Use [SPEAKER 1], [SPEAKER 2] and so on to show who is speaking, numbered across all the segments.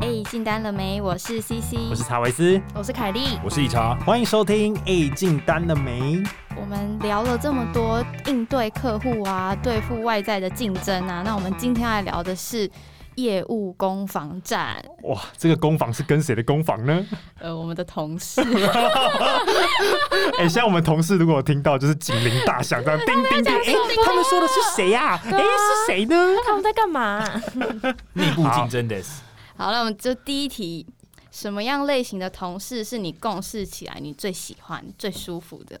[SPEAKER 1] 嘿，哎进单了没？我是 CC，
[SPEAKER 2] 我是查维斯，
[SPEAKER 3] 我是凯莉，
[SPEAKER 4] 我是一茶，
[SPEAKER 2] 欢迎收听。哎，进单了没？
[SPEAKER 1] 我们聊了这么多应对客户啊，对付外在的竞争啊，那我们今天来聊的是业务攻防战。
[SPEAKER 2] 哇，这个攻防是跟谁的攻防 呢？
[SPEAKER 1] 呃，我们的同事，
[SPEAKER 2] 哎、像我们同事如果有听到就是警铃大响，这样叮叮叮， 哎、他们说的是谁呀、哎、是谁呢？
[SPEAKER 3] 他们在干嘛、
[SPEAKER 4] 内部竞争的是
[SPEAKER 1] 好，那我们就第一题，什么样类型的同事是你共事起来你最喜欢、最舒服的？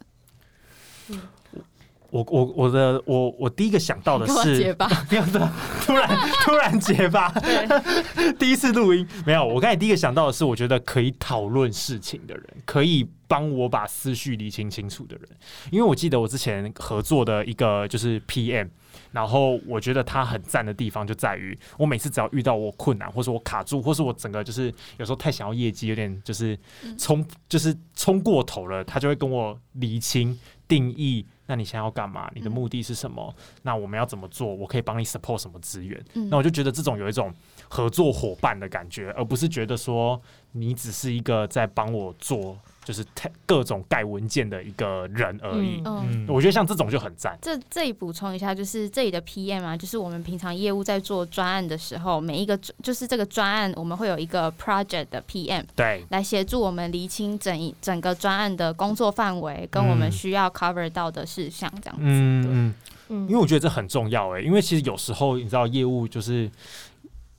[SPEAKER 2] 我我我的我我第一个想到的
[SPEAKER 1] 跟我结
[SPEAKER 2] 是，
[SPEAKER 1] 巴，嗯
[SPEAKER 2] 不要的，突然突然结巴，
[SPEAKER 1] 对，
[SPEAKER 2] 第一次录音没有。我刚才第一个想到的是，我觉得可以讨论事情的人，可以帮我把思绪理清清楚的人。因为我记得我之前合作的一个就是 PM，然后我觉得他很赞的地方就在于，我每次只要遇到我困难，或是我卡住，或是我整个就是有时候太想要业绩，有点就是
[SPEAKER 1] 嗯
[SPEAKER 2] 冲就是冲过头了，他就会跟我厘清定义。那你现在要干嘛？
[SPEAKER 1] 嗯
[SPEAKER 2] 你的目的是什么？那我们要怎么做？我可以帮你 support 什么资源？
[SPEAKER 1] 嗯
[SPEAKER 2] 那我就觉得这种有一种合作伙伴的感觉，而不是觉得说你只是一个在帮我做就是 te- 各种盖文件的一个人而已。
[SPEAKER 1] 嗯。
[SPEAKER 4] 嗯，
[SPEAKER 2] 我觉得像这种就很赞。
[SPEAKER 1] 这这里补充一下，就是这里的 PM 啊，就是我们平常业务在做专案的时候，每一个就是这个专案，我们会有一个 project 的 PM
[SPEAKER 2] 对，
[SPEAKER 1] 来协助我们厘清整一整个专案的工作范围，跟我们
[SPEAKER 2] 嗯
[SPEAKER 1] 需要 cover 到的事项这样子。
[SPEAKER 2] 嗯
[SPEAKER 1] 对
[SPEAKER 2] 嗯，
[SPEAKER 3] 嗯
[SPEAKER 2] 因为我觉得这很重要诶、因为其实有时候你知道业务就是。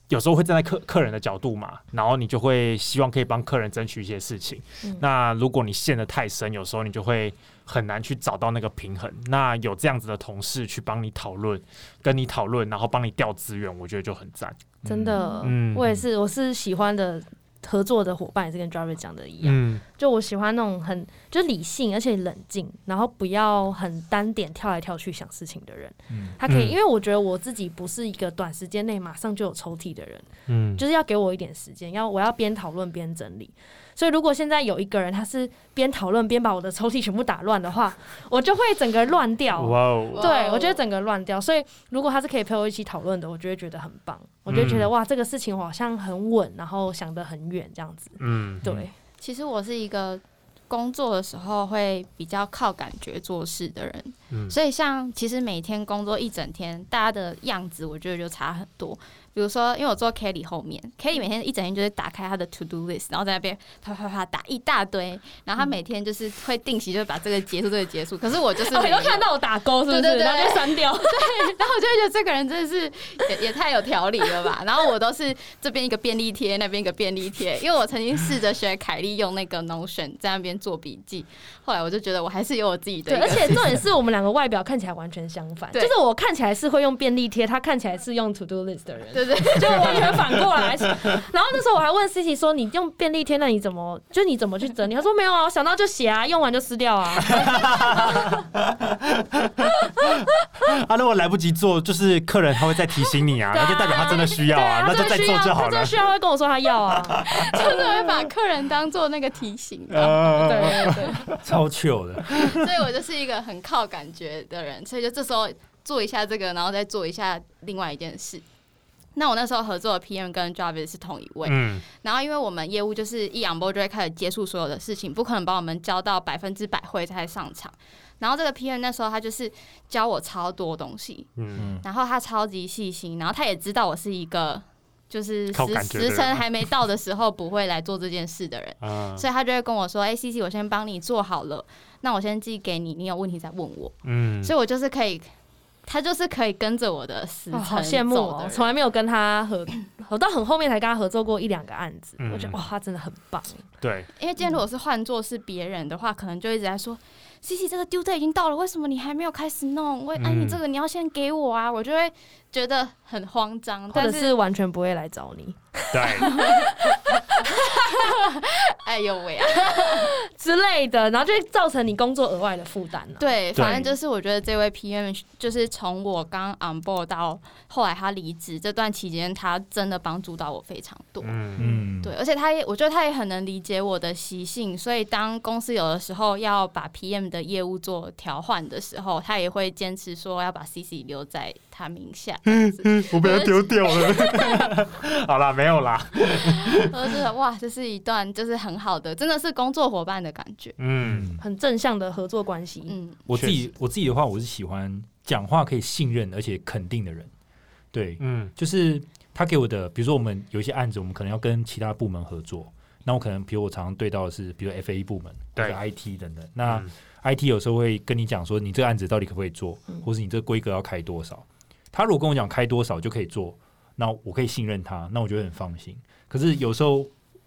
[SPEAKER 2] 有时候会站在客客人的角度嘛，然后你就会希望可以帮客人争取一些事情。
[SPEAKER 3] 嗯
[SPEAKER 2] 那如果你陷得太深，有时候你就会很难去找到那个平衡。那有这样子的同事去帮你讨论，跟你讨论，然后帮你调资源，我觉得就很赞。
[SPEAKER 3] 真的，
[SPEAKER 2] 嗯
[SPEAKER 3] 我也是，我是喜欢的合作的伙伴，也是跟 Driver 讲的一样，
[SPEAKER 2] 嗯，
[SPEAKER 3] 就我喜欢那种很就理性而且冷静，然后不要很单点跳来跳去想事情的人。
[SPEAKER 4] 嗯
[SPEAKER 3] 他可以，
[SPEAKER 2] 嗯
[SPEAKER 3] 因为我觉得我自己不是一个短时间内马上就有抽屉的人，
[SPEAKER 2] 嗯，
[SPEAKER 3] 就是要给我一点时间，要我要边讨论边整理。所以如果现在有一个人他是边讨论边把我的抽屉全部打乱的话，我就会整个乱掉。
[SPEAKER 2] 哇哦，
[SPEAKER 1] 哇
[SPEAKER 3] 对，
[SPEAKER 1] 哦
[SPEAKER 3] 我觉得整个乱掉。所以如果他是可以陪我一起讨论的，我就会觉得很棒。我就会觉得、
[SPEAKER 2] 嗯
[SPEAKER 3] 哇，这个事情我好像很稳，然后想得很远这样子。
[SPEAKER 2] 嗯，
[SPEAKER 3] 对，
[SPEAKER 1] 其实我是一个工作的时候会比较靠感觉做事的人，
[SPEAKER 2] 嗯
[SPEAKER 1] 所以像其实每天工作一整天，大家的样子我觉得就差很多。比如说，因为我坐 Kelly 后面，Kelly
[SPEAKER 2] 嗯
[SPEAKER 1] 每天一整天就是打开他的 To Do list，然后在那边啪啪啪打一大堆，然
[SPEAKER 2] 嗯
[SPEAKER 1] 后他每天就是会定期就把这个结束，这个结束。可是我就是
[SPEAKER 3] 哦，
[SPEAKER 1] 没
[SPEAKER 3] 你
[SPEAKER 1] 有
[SPEAKER 3] 都看到我打勾是不是？
[SPEAKER 1] 对对对
[SPEAKER 3] 然后就删掉。
[SPEAKER 1] 然后我就会觉得这个人真的是也也太有条理了吧。然后我都是这边一个便利贴，那边一个便利贴，因为我曾经试着学凯莉用那个 Notion 在那边做笔记，后来我就觉得我还是有我自己的
[SPEAKER 3] 对，
[SPEAKER 1] 一个
[SPEAKER 3] 而且 重点是我们两个外表看起来完全相反，就
[SPEAKER 1] 对
[SPEAKER 3] 是我看起来是会用便利贴，他看起来是用 to do list 的人，
[SPEAKER 1] 对对
[SPEAKER 3] 就完全反过来。然后那时候我还问 C C 说：“你用便利贴，那你怎么就你怎么去整理？”他说：“没有啊，我想到就写啊，用完就撕掉啊。
[SPEAKER 2] 啊，如果来不及做，就是客人他会再提醒你 啊，那就代表他真的需要啊，那
[SPEAKER 3] 对
[SPEAKER 2] 就
[SPEAKER 3] 啊
[SPEAKER 2] 再
[SPEAKER 3] 他真
[SPEAKER 2] 做
[SPEAKER 3] 的需要，
[SPEAKER 2] 就好
[SPEAKER 3] 他真
[SPEAKER 2] 了
[SPEAKER 3] 的。需要会跟我说他要啊。
[SPEAKER 1] 真的会把客人当做那个提醒的，
[SPEAKER 3] 对
[SPEAKER 2] 呃，
[SPEAKER 3] 对对，
[SPEAKER 4] 超 chill 的，
[SPEAKER 1] 所以我就是一个很靠感觉的人，所以就这时候做一下这个，然后再做一下另外一件事。那我那时候合作的 PM 跟 Jarvis 是同一位，
[SPEAKER 2] 嗯
[SPEAKER 1] 然后因为我们业务就是一扬波就会开始接触所有的事情，不可能把我们教到百分之百会才上场。然后这个 PM 那时候他就是教我超多东西，
[SPEAKER 2] 嗯
[SPEAKER 4] 嗯，
[SPEAKER 1] 然后他超级细心，然后他也知道我是一个就是
[SPEAKER 2] 靠
[SPEAKER 1] 时
[SPEAKER 2] 感觉的人
[SPEAKER 1] 时辰还没到的时候不会来做这件事 的人，
[SPEAKER 2] 啊，
[SPEAKER 1] 所以他就会跟我说：“哎、c C，我先帮你做好了，那我先寄给你，你有问题再问我。
[SPEAKER 2] 嗯
[SPEAKER 1] 所以我就是可以，他就是可以跟着我的时
[SPEAKER 3] 哦
[SPEAKER 1] 辰、
[SPEAKER 3] 好羡慕哦！从。来没有跟他合，我到很后面才跟他合作过一两个案子，
[SPEAKER 2] 嗯
[SPEAKER 3] 我觉得哇，他真的很棒。欸
[SPEAKER 2] 对，
[SPEAKER 1] 因为今天如果是换做是别人的话，可能就一直在说，C C 这个 due date 已经到了，为什么你还没有开始弄？为哎、
[SPEAKER 2] 嗯
[SPEAKER 1] 你这个你要先给我啊，我就会觉得很慌张。
[SPEAKER 3] 或者
[SPEAKER 1] 但
[SPEAKER 3] 是完全不会来找你，
[SPEAKER 2] 对，
[SPEAKER 1] 哎呦喂啊！
[SPEAKER 3] 之类的，然后就会造成你工作额外的负担了。
[SPEAKER 1] 对，
[SPEAKER 2] 对
[SPEAKER 1] 反正就是我觉得这位 PM 就是从我刚 on board 到后来他离职这段期间，他真的帮助到我非常多。
[SPEAKER 2] 嗯，
[SPEAKER 4] 嗯，
[SPEAKER 1] 对，而且他也，我觉得他也很能理解我的习性，所以当公司有的时候要把 PM 的业务做调换的时候，他也会坚持说要把 CC 留在他名下。
[SPEAKER 2] 嗯我被他丢掉了。 好啦，没有啦。
[SPEAKER 1] 我就觉得哇，这是一段就是很好的，真的是工作伙伴的感觉。
[SPEAKER 2] 嗯，
[SPEAKER 4] 嗯，
[SPEAKER 3] 很正向的合作关系，
[SPEAKER 1] 嗯，
[SPEAKER 4] 我自
[SPEAKER 2] 确
[SPEAKER 4] 己我自己的话，我是喜欢讲话可以信任而且肯定的人。对，
[SPEAKER 2] 嗯
[SPEAKER 4] 就是他给我的，比如说我们有一些案子，我们可能要跟其他部门合作。那我可能，比如我常常对到的是，比如 F A 部门或
[SPEAKER 2] 对
[SPEAKER 4] 者 I T 等等。那、
[SPEAKER 2] 嗯
[SPEAKER 4] IT 有时候会跟你讲说，你这个案子到底可不可以做，
[SPEAKER 3] 嗯
[SPEAKER 4] 或是你这个规格要开多少。他如果跟我讲开多少就可以做，那我可以信任他，那我觉得很放心。可是有时候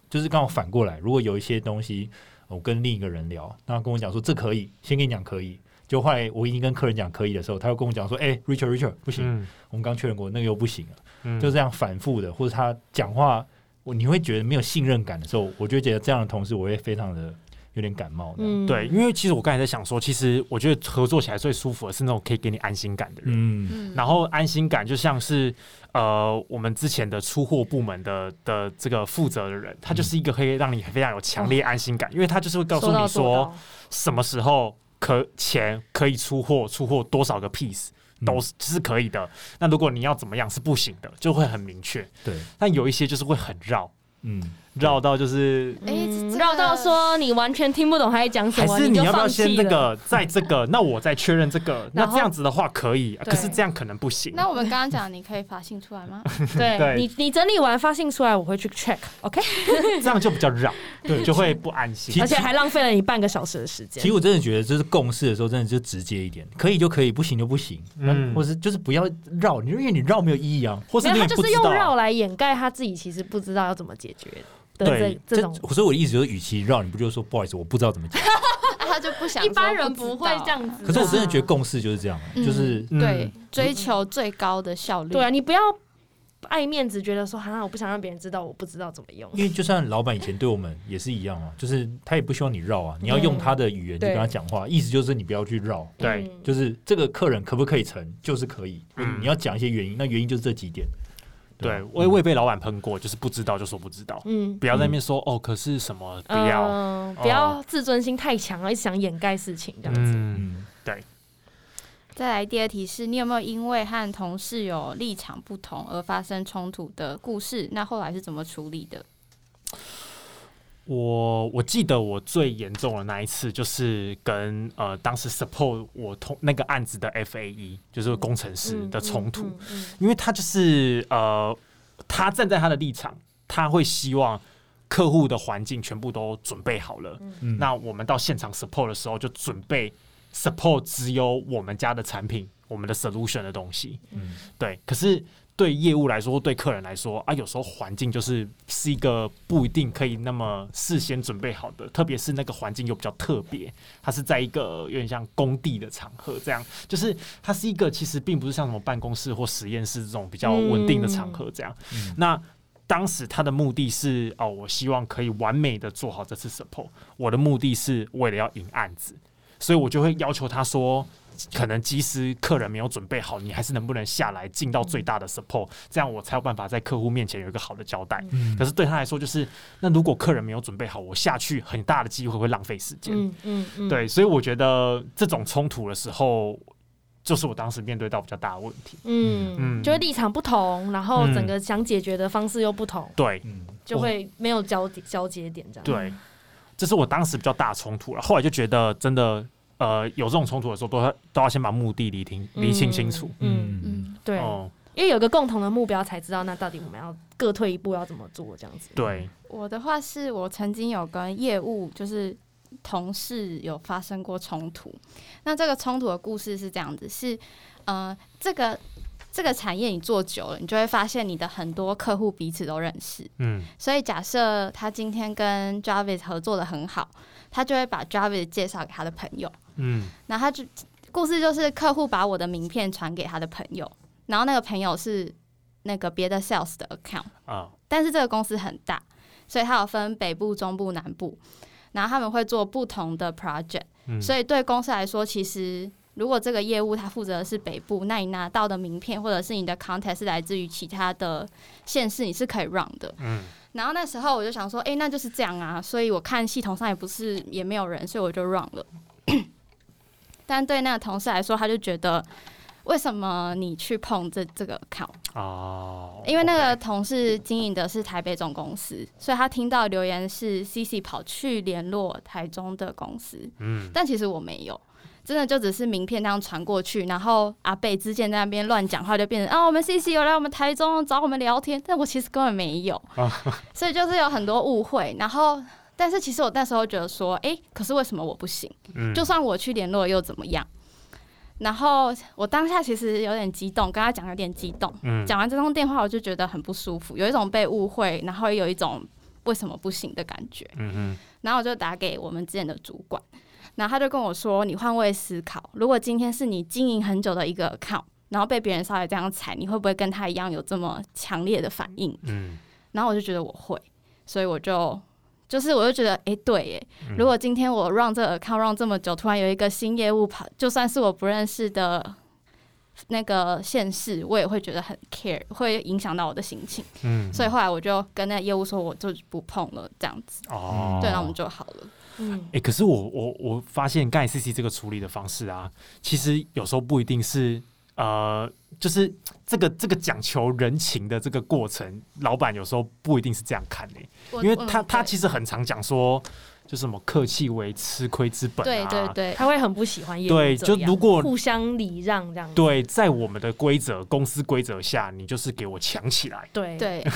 [SPEAKER 4] 就是刚好反过来，如果有一些东西，呃我跟另一个人聊，那他跟我讲说这可以，先跟你讲可以，就后来我已经跟客人讲可以的时候，他又跟我
[SPEAKER 3] 嗯
[SPEAKER 4] 讲说，哎、r i c h a r d Richard 不行，
[SPEAKER 2] 嗯
[SPEAKER 4] 我们刚确认过那个又不行了，
[SPEAKER 2] 嗯
[SPEAKER 4] 就这样反复的，或者他讲话。我你会觉得没有信任感的时候，我就会觉得这样的同事我会非常的有点感冒的。
[SPEAKER 3] 嗯，
[SPEAKER 2] 对，，因为其实我刚才在想说，其实我觉得合作起来最舒服的是那种可以给你安心感的人。
[SPEAKER 4] 嗯
[SPEAKER 1] 嗯
[SPEAKER 2] 然后安心感就像是呃，我们之前的出货部门的的这个负责的人，他
[SPEAKER 4] 嗯
[SPEAKER 2] 就是一个可以让你非常有强烈安心感，因为他就是会告诉
[SPEAKER 3] 说到
[SPEAKER 2] 你
[SPEAKER 3] 做
[SPEAKER 2] 说
[SPEAKER 3] 到，
[SPEAKER 2] 什么时候可钱可以出货，出货多少个 piece
[SPEAKER 4] 嗯
[SPEAKER 2] 都是是可以的。那如果你要怎么样是不行的，就会很明确。
[SPEAKER 4] 对，
[SPEAKER 2] 但有一些就是会很绕，
[SPEAKER 4] 嗯，
[SPEAKER 2] 绕到就是。
[SPEAKER 1] 哎这
[SPEAKER 3] 嗯
[SPEAKER 1] 这
[SPEAKER 3] 绕到
[SPEAKER 1] 个
[SPEAKER 3] 说你完全听不懂他在讲什
[SPEAKER 2] 还
[SPEAKER 3] 么，
[SPEAKER 2] 是
[SPEAKER 3] 你就
[SPEAKER 2] 要不要
[SPEAKER 3] 放
[SPEAKER 2] 先
[SPEAKER 3] 弃
[SPEAKER 2] 那
[SPEAKER 3] 了。
[SPEAKER 2] 个，在这 个，那我再确认这个，那
[SPEAKER 3] 然后
[SPEAKER 2] 这样子的话可以，啊可是
[SPEAKER 1] 对
[SPEAKER 2] 这样可能不行。
[SPEAKER 1] 那我们刚刚讲，你可以发信出来吗？
[SPEAKER 3] 对
[SPEAKER 2] 对
[SPEAKER 3] 你，你整理完发信出来，我会去 check，OK，、
[SPEAKER 2] 这样就比较绕， 对，就会不安心。
[SPEAKER 3] 而且还浪费了你半个小时的时间。
[SPEAKER 4] 其实我真的觉得，就是共事的时候，真的就直接一点，可以就可以，不行就不行，
[SPEAKER 2] 嗯
[SPEAKER 4] 嗯，或是就是不要绕，你因为你绕没有意义啊，
[SPEAKER 2] 或是
[SPEAKER 3] 没有，
[SPEAKER 2] 你
[SPEAKER 3] 他
[SPEAKER 2] 也
[SPEAKER 3] 就
[SPEAKER 2] 不
[SPEAKER 3] 是
[SPEAKER 2] 知道
[SPEAKER 3] 用
[SPEAKER 2] 啊
[SPEAKER 3] 绕来掩盖他自己其实不知道要怎么解决的
[SPEAKER 2] 对
[SPEAKER 3] 这这
[SPEAKER 4] 这
[SPEAKER 3] 种。
[SPEAKER 4] 所以我的意思就是，与其绕，你不就说不好意思，我不知道怎么讲。
[SPEAKER 1] 啊 他就不想，
[SPEAKER 3] 一般人不啊会这。样子。
[SPEAKER 4] 可是我真的觉得共事就是这样，啊
[SPEAKER 1] 嗯
[SPEAKER 4] 就是
[SPEAKER 2] 嗯
[SPEAKER 1] 对，追求最高的效率。
[SPEAKER 3] 对啊，你不要爱面子，觉得说哈，我不想让别人知道我不知道怎么用。
[SPEAKER 4] 因为就算老板以前对我们也是一样啊，就是他也不希望你绕啊，你要用他的语言去跟他讲话，意思就是你不要去绕。啊
[SPEAKER 2] 对
[SPEAKER 3] 嗯
[SPEAKER 4] 就是这个客人可不可以成，就是可以。
[SPEAKER 2] 嗯
[SPEAKER 4] 你要讲一些原因，那原因就是这几点。
[SPEAKER 2] 对，
[SPEAKER 4] 吧
[SPEAKER 2] 我也我也被老板喷过，就是不知道就说不知道，
[SPEAKER 3] 嗯，
[SPEAKER 2] 不要在那边说哦，可是什么不
[SPEAKER 3] 嗯，
[SPEAKER 2] 要，哦
[SPEAKER 3] 不要自尊心太强了，一直想掩盖事情这样。
[SPEAKER 2] 嗯，
[SPEAKER 4] 嗯，
[SPEAKER 1] 再来第二题是你有没有因为和同事有立场不同而发生冲突的故事？那后来是怎么处理的？
[SPEAKER 2] 我我记得我最严重的那一次就是跟呃当时 support 我同那个案子的 FAE，就是工程师
[SPEAKER 3] 嗯
[SPEAKER 2] 的冲突，
[SPEAKER 3] 嗯嗯
[SPEAKER 2] 因为他就是呃，他站在他的立场，他会希望客户的环境全部都准备好了，
[SPEAKER 4] 嗯
[SPEAKER 2] 那我们到现场 support 的时候就准备 support 只有我们家的产品，我们的 solution 的东西，
[SPEAKER 4] 嗯
[SPEAKER 2] 对，可是对业务来说，对客人来说啊，有时候环境就是是一个不一定可以那么事先准备好的，特别是那个环境又比较特别，它是在一个有点像工地的场合，这样就是它是一个其实并不是像什么办公室或实验室这种比较稳定的场合，这样。
[SPEAKER 4] 嗯
[SPEAKER 2] 那当时他的目的是哦，我希望可以完美的做好这次 support，我的目的是为了要赢案子，所以我就会要求他说。可能即使客人没有准备好，你还是能不能下来尽到最大
[SPEAKER 3] 嗯
[SPEAKER 2] 的 support，这样我才有办法在客户面前有一个好的交代。
[SPEAKER 4] 嗯
[SPEAKER 2] 可是对他来说，就是那如果客人没有准备好，我下去很大的机会会浪费时间。
[SPEAKER 3] 嗯嗯嗯，
[SPEAKER 2] 对，所以我觉得这种冲突的时候，就是我当时面对到比较大的问题。
[SPEAKER 3] 嗯
[SPEAKER 2] 嗯
[SPEAKER 3] 就是立场不同，然后
[SPEAKER 2] 嗯
[SPEAKER 3] 整个想解决的方式又不同，
[SPEAKER 2] 对
[SPEAKER 4] 嗯
[SPEAKER 3] 就会没有交点交接点这样。
[SPEAKER 2] 对，这是我当时比较大的冲突了。后来就觉得真的，呃，有这种冲突的时候，都要都要先把目的理清
[SPEAKER 3] 嗯，
[SPEAKER 2] 理清清楚。
[SPEAKER 3] 嗯，
[SPEAKER 4] 嗯，
[SPEAKER 3] 对，
[SPEAKER 2] 哦，
[SPEAKER 3] 因为有个共同的目标，才知道那到底我们要各退一步要怎么做这样子。
[SPEAKER 2] 对，
[SPEAKER 1] 我的话是我曾经有跟业务就是同事有发生过冲突。那这个冲突的故事是这样子，是呃，这个这个产业你做久了，你就会发现你的很多客户彼此都认识。
[SPEAKER 2] 嗯
[SPEAKER 1] 所以假设他今天跟 Jarvis 合作的很好，他就会把 Jarvis 介绍给他的朋友。
[SPEAKER 2] 嗯
[SPEAKER 1] 然后他就故事就是客户把我的名片传给他的朋友，然后那个朋友是那个别的 sales 的 account，
[SPEAKER 2] 啊，
[SPEAKER 1] 但是这个公司很大，所以它有分北部、中部、南部，然后他们会做不同的 project。
[SPEAKER 2] 嗯
[SPEAKER 1] 所以对公司来说，其实如果这个业务它负责的是北部，那你拿到的名片或者是你的 contact 是来自于其他的县市，你是可以 run 的。
[SPEAKER 2] 嗯，
[SPEAKER 1] 然后那时候我就想说，诶，那就是这样啊。所以我看系统上也不是也没有人，所以我就 run 了。但对那个同事来说，他就觉得为什么你去碰这这个 account？
[SPEAKER 2] 哦，
[SPEAKER 1] 因为那个同事经营的是台北总公司，所以他听到留言是 CC 跑去联络台中的公司，
[SPEAKER 2] 嗯，
[SPEAKER 1] 但其实我没有，真的就只是名片那样传过去，然后阿贝之前在那边乱讲话，就变成啊，我们 CC 有来我们台中找我们聊天，但我其实根本没 有，
[SPEAKER 2] 啊
[SPEAKER 1] 所以就是有很多误会。然后，但是其实我那时候觉得说，诶，可是为什么我不行？
[SPEAKER 2] 嗯
[SPEAKER 1] 就算我去联络又怎么样？然后我当下其实有点激动，跟他讲有点激动。
[SPEAKER 2] 嗯
[SPEAKER 1] 讲完这通电话，我就觉得很不舒服，有一种被误会，然后也有一种为什么不行的感觉。
[SPEAKER 2] 嗯
[SPEAKER 1] 然后我就打给我们之前的主管，然后他就跟我说：“你换位思考，如果今天是你经营很久的一个 account，然后被别人稍微这样踩，你会不会跟他一样有这么强烈的反应
[SPEAKER 2] 嗯？”
[SPEAKER 1] 然后我就觉得我会，所以我就就是我就觉得，诶，对，诶，
[SPEAKER 2] 嗯
[SPEAKER 1] 如果今天我让这个 account 让这么久，突然有一个新业务跑，就算是我不认识的。那个县市，我也会觉得很 care，会影响到我的心情，
[SPEAKER 2] 嗯，
[SPEAKER 1] 所以后来我就跟那个业务说，我就不碰了，这样子，
[SPEAKER 2] 哦，
[SPEAKER 1] 对，那我们就好了。
[SPEAKER 3] 嗯，
[SPEAKER 2] 哎、可是我我我发现盖 CC 这个处理的方式啊，其实有时候不一定是呃，就是这个这个讲求人情的这个过程，老板有时候不一定是这样看的、
[SPEAKER 1] 我
[SPEAKER 2] 因为
[SPEAKER 1] 嗯
[SPEAKER 2] 他他
[SPEAKER 1] 对
[SPEAKER 2] 其实很常讲说，就什么客气为吃亏之本、
[SPEAKER 1] 对
[SPEAKER 2] 啊，
[SPEAKER 1] 对对，
[SPEAKER 3] 他会很不喜欢业务
[SPEAKER 2] 对
[SPEAKER 3] 这样
[SPEAKER 2] 就如果
[SPEAKER 3] 互相礼让这样子，
[SPEAKER 2] 对在我们的规则公司规则下，你就是给我抢起来。
[SPEAKER 3] 对
[SPEAKER 1] 对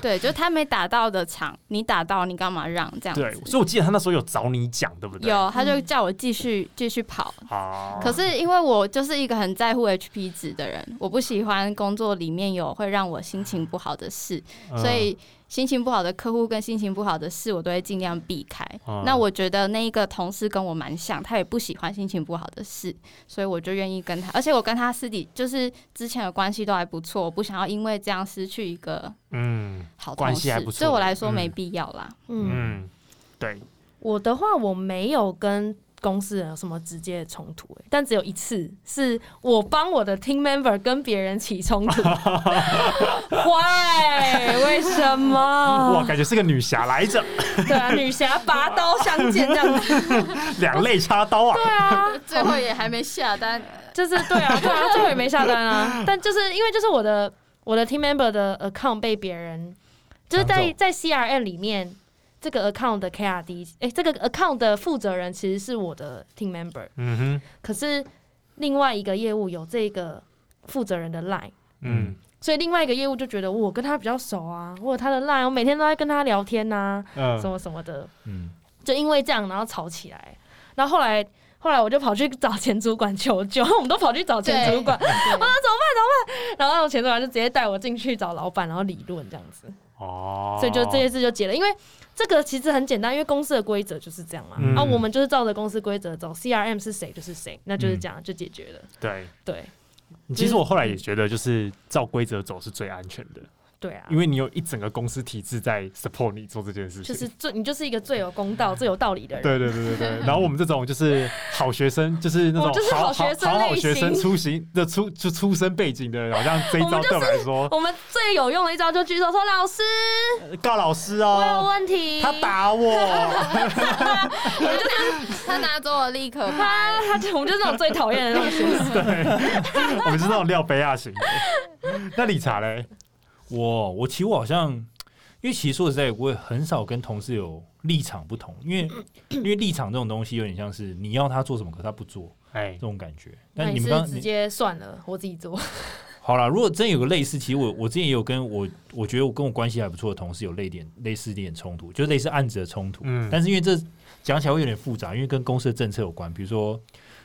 [SPEAKER 1] 对，就是他没打到的场，你打到，你干嘛让这样
[SPEAKER 2] 对，
[SPEAKER 1] 子？
[SPEAKER 2] 所以我记得他那时候有找你讲，对不对？
[SPEAKER 1] 有，他就
[SPEAKER 3] 嗯
[SPEAKER 1] 叫我继续继续跑。
[SPEAKER 2] 啊，
[SPEAKER 1] 可是因为我就是一个很在乎 HP 值的人，我不喜欢工作里面有会让我心情不好的事，
[SPEAKER 2] 嗯
[SPEAKER 1] 所以心情不好的客户跟心情不好的事，我都会尽量避开。
[SPEAKER 2] 嗯
[SPEAKER 1] 那我觉得那一个同事跟我蛮像，他也不喜欢心情不好的事，所以我就愿意跟他，而且我跟他私底就是之前的关系都还不错，我不想要因为这样失去一个
[SPEAKER 2] 嗯
[SPEAKER 1] 好同
[SPEAKER 2] 关
[SPEAKER 1] 事，
[SPEAKER 2] 系还不错
[SPEAKER 1] 对我来说没
[SPEAKER 2] 嗯
[SPEAKER 1] 必要啦。
[SPEAKER 3] 嗯，
[SPEAKER 2] 嗯，对，
[SPEAKER 3] 我的话我没有跟。公司人有什么直接的冲突、欸？但只有一次，是我帮我的 team member 跟别人起冲 突。 坏，为什
[SPEAKER 2] 哇，
[SPEAKER 3] 么？
[SPEAKER 2] 感觉是个女侠来 着，
[SPEAKER 3] 对啊，女侠拔刀相见这样子。
[SPEAKER 2] 两肋插刀啊。
[SPEAKER 3] 对啊，
[SPEAKER 1] 最后也还没下单，
[SPEAKER 3] 就是 对 啊，对啊，最后也没下单啊。但就是因为就是我的我的 team member 的 account 被别人就是
[SPEAKER 2] 抢
[SPEAKER 3] 在
[SPEAKER 2] 走
[SPEAKER 3] 在 CRM 里面这个 account 的 KRD，哎、这个 account 的负责人其实是我的 team member，
[SPEAKER 2] 嗯哼，
[SPEAKER 3] 可是另外一个业务有这个负责人的 line。
[SPEAKER 2] 嗯
[SPEAKER 3] 所以另外一个业务就觉得我跟他比较熟啊，我有他的 line，我每天都在跟他聊天呐、
[SPEAKER 2] 嗯
[SPEAKER 3] 什么什么的，
[SPEAKER 4] 嗯，
[SPEAKER 3] 就因为这样然后吵起来，然后后来后来我就跑去找前主管求救， 我们都跑去找前主管，
[SPEAKER 1] 对
[SPEAKER 3] 然后前主管就直接带我进去找老板，然后理论这样子，
[SPEAKER 2] 哦，
[SPEAKER 3] 所以就这些事就解了。因为这个其实很简单，因为公司的规则就是这样嘛。
[SPEAKER 2] 嗯
[SPEAKER 3] 啊，我们就是照着公司规则走，CRM 是谁就是谁，那
[SPEAKER 2] 嗯
[SPEAKER 3] 就是这样、就解决了。
[SPEAKER 2] 对。
[SPEAKER 3] 对
[SPEAKER 2] 其实我后来也觉得，就是照规则走是最安全的，
[SPEAKER 3] 对啊
[SPEAKER 2] 因，为你有一整个公司体制在 support 你做这件事情。
[SPEAKER 3] 就是最你就是一个最有公道、最有道理的人。
[SPEAKER 2] 对对对对对。 然后我们这种就是 好学生，就是那
[SPEAKER 3] 我
[SPEAKER 2] 种
[SPEAKER 3] 就是
[SPEAKER 2] 好
[SPEAKER 3] 好学生
[SPEAKER 2] 好好
[SPEAKER 3] 类
[SPEAKER 2] 学生
[SPEAKER 3] 型
[SPEAKER 2] 出行的出就出身背景的人，好像这一
[SPEAKER 3] 我
[SPEAKER 2] 招
[SPEAKER 3] 们就
[SPEAKER 2] 对我来说
[SPEAKER 3] 我们最有用的一招就举手说：“老师，
[SPEAKER 2] 告老师
[SPEAKER 3] 我有
[SPEAKER 2] 哦，
[SPEAKER 3] 问题。”
[SPEAKER 2] 他，打我，
[SPEAKER 1] 他拿走我立
[SPEAKER 3] 哦
[SPEAKER 1] 刻拍，
[SPEAKER 3] 他啊他就我们就是那种最讨厌的那种学生。
[SPEAKER 2] 我们是那种廖杯亚型的。 那理查嘞？
[SPEAKER 4] 我我其实我好像，因为其实说实在，我也很少跟同事有立场不同，因 为因为立场这种东西有点像是你要他做什么，可他不做
[SPEAKER 2] 哎
[SPEAKER 4] 这，种感觉。
[SPEAKER 3] 那
[SPEAKER 4] 但
[SPEAKER 3] 你
[SPEAKER 4] 你
[SPEAKER 3] 是
[SPEAKER 4] 们
[SPEAKER 3] 不
[SPEAKER 4] 刚
[SPEAKER 3] 是直接算了，我自己
[SPEAKER 2] 哦
[SPEAKER 3] 做。
[SPEAKER 4] 好啦，如果真有个类似，其实我我之前也有跟我我觉得我跟我关系还不错的同事有类点类似一点冲突，就类似案子的冲突。
[SPEAKER 2] 嗯
[SPEAKER 4] 但是因为这讲起来会有点复杂，因为跟公司的政策有关。比如说，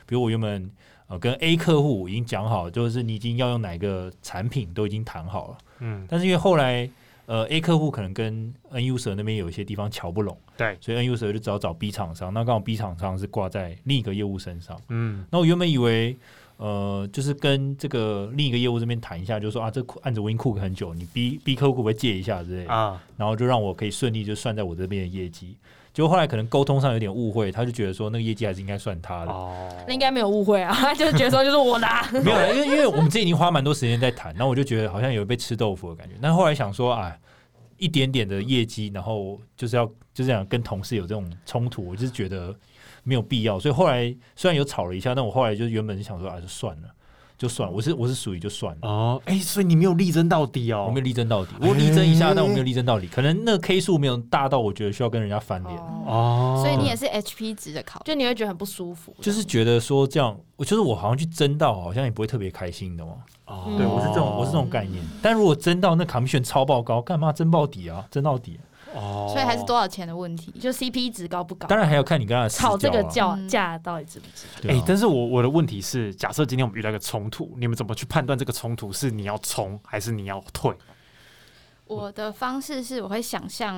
[SPEAKER 4] 比如我原本呃跟 A 客户已经讲好，就是你已经要用哪个产品都已经谈好了，
[SPEAKER 2] 嗯，
[SPEAKER 4] 但是因为后来呃 A 客户可能跟 N user 那边有一些地方瞧不拢，
[SPEAKER 2] 对，
[SPEAKER 4] 所以 N user 就只好找 B 厂商。那刚好 B 厂商是挂在另一个业务身上。
[SPEAKER 2] 嗯
[SPEAKER 4] 那我原本以为，呃，就是跟这个另一个业务这边谈一下，就说啊，这个案子我已经库很久，你逼逼客户可不可以借一下之类的，
[SPEAKER 2] 啊，
[SPEAKER 4] 然后就让我可以顺利就算在我这边的业绩。结果后来可能沟通上有点误会，他就觉得说那个业绩还是应该算他的，
[SPEAKER 2] 哦
[SPEAKER 3] 那应该没有误会啊，就是觉得说就是我的、啊，
[SPEAKER 4] 没有啦，因为因为我们之前已经花蛮多时间在谈，然后我就觉得好像有被吃豆腐的感觉。但后来想说，啊，一点点的业绩，然后就是要就这样跟同事有这种冲突，我就是觉得没有必要。所以后来虽然有吵了一下，但我后来就原本是想说，啊，就算了，就算了我是我是属于就算了。
[SPEAKER 2] 哦，哎、所以你没有力争到底
[SPEAKER 4] 我
[SPEAKER 2] 哦
[SPEAKER 4] 没有。力争到底，我力争一下，但我没有力争到底。可能那个 K 数没有大到我觉得需要跟人家翻脸，
[SPEAKER 3] 哦
[SPEAKER 2] 哦，
[SPEAKER 1] 所以你也是 HP 值的考量，
[SPEAKER 3] 就你会觉得很不舒服，
[SPEAKER 4] 就是觉得说这样，我就是我好像去争到，好像也不会特别开心的嘛。
[SPEAKER 2] 哦
[SPEAKER 1] 嗯
[SPEAKER 4] 对，我是这种，我是这种概念。但如果争到那 commission 超爆高，干嘛争爆底啊？争到底、
[SPEAKER 2] 哦，
[SPEAKER 1] 所以还是多少钱的问题。
[SPEAKER 3] 就 CP 值高不高？
[SPEAKER 4] 当然还要看你跟他的私交
[SPEAKER 3] 吵这个
[SPEAKER 4] 啊
[SPEAKER 3] 架
[SPEAKER 1] 嗯
[SPEAKER 3] 架到底值不值？
[SPEAKER 4] 对
[SPEAKER 2] 哎、
[SPEAKER 4] 啊
[SPEAKER 2] 但是我我的问题是，假设今天我们遇到一个冲突，你们怎么去判断这个冲突是你要冲还是你要退？
[SPEAKER 1] 我的方式是，我会想象、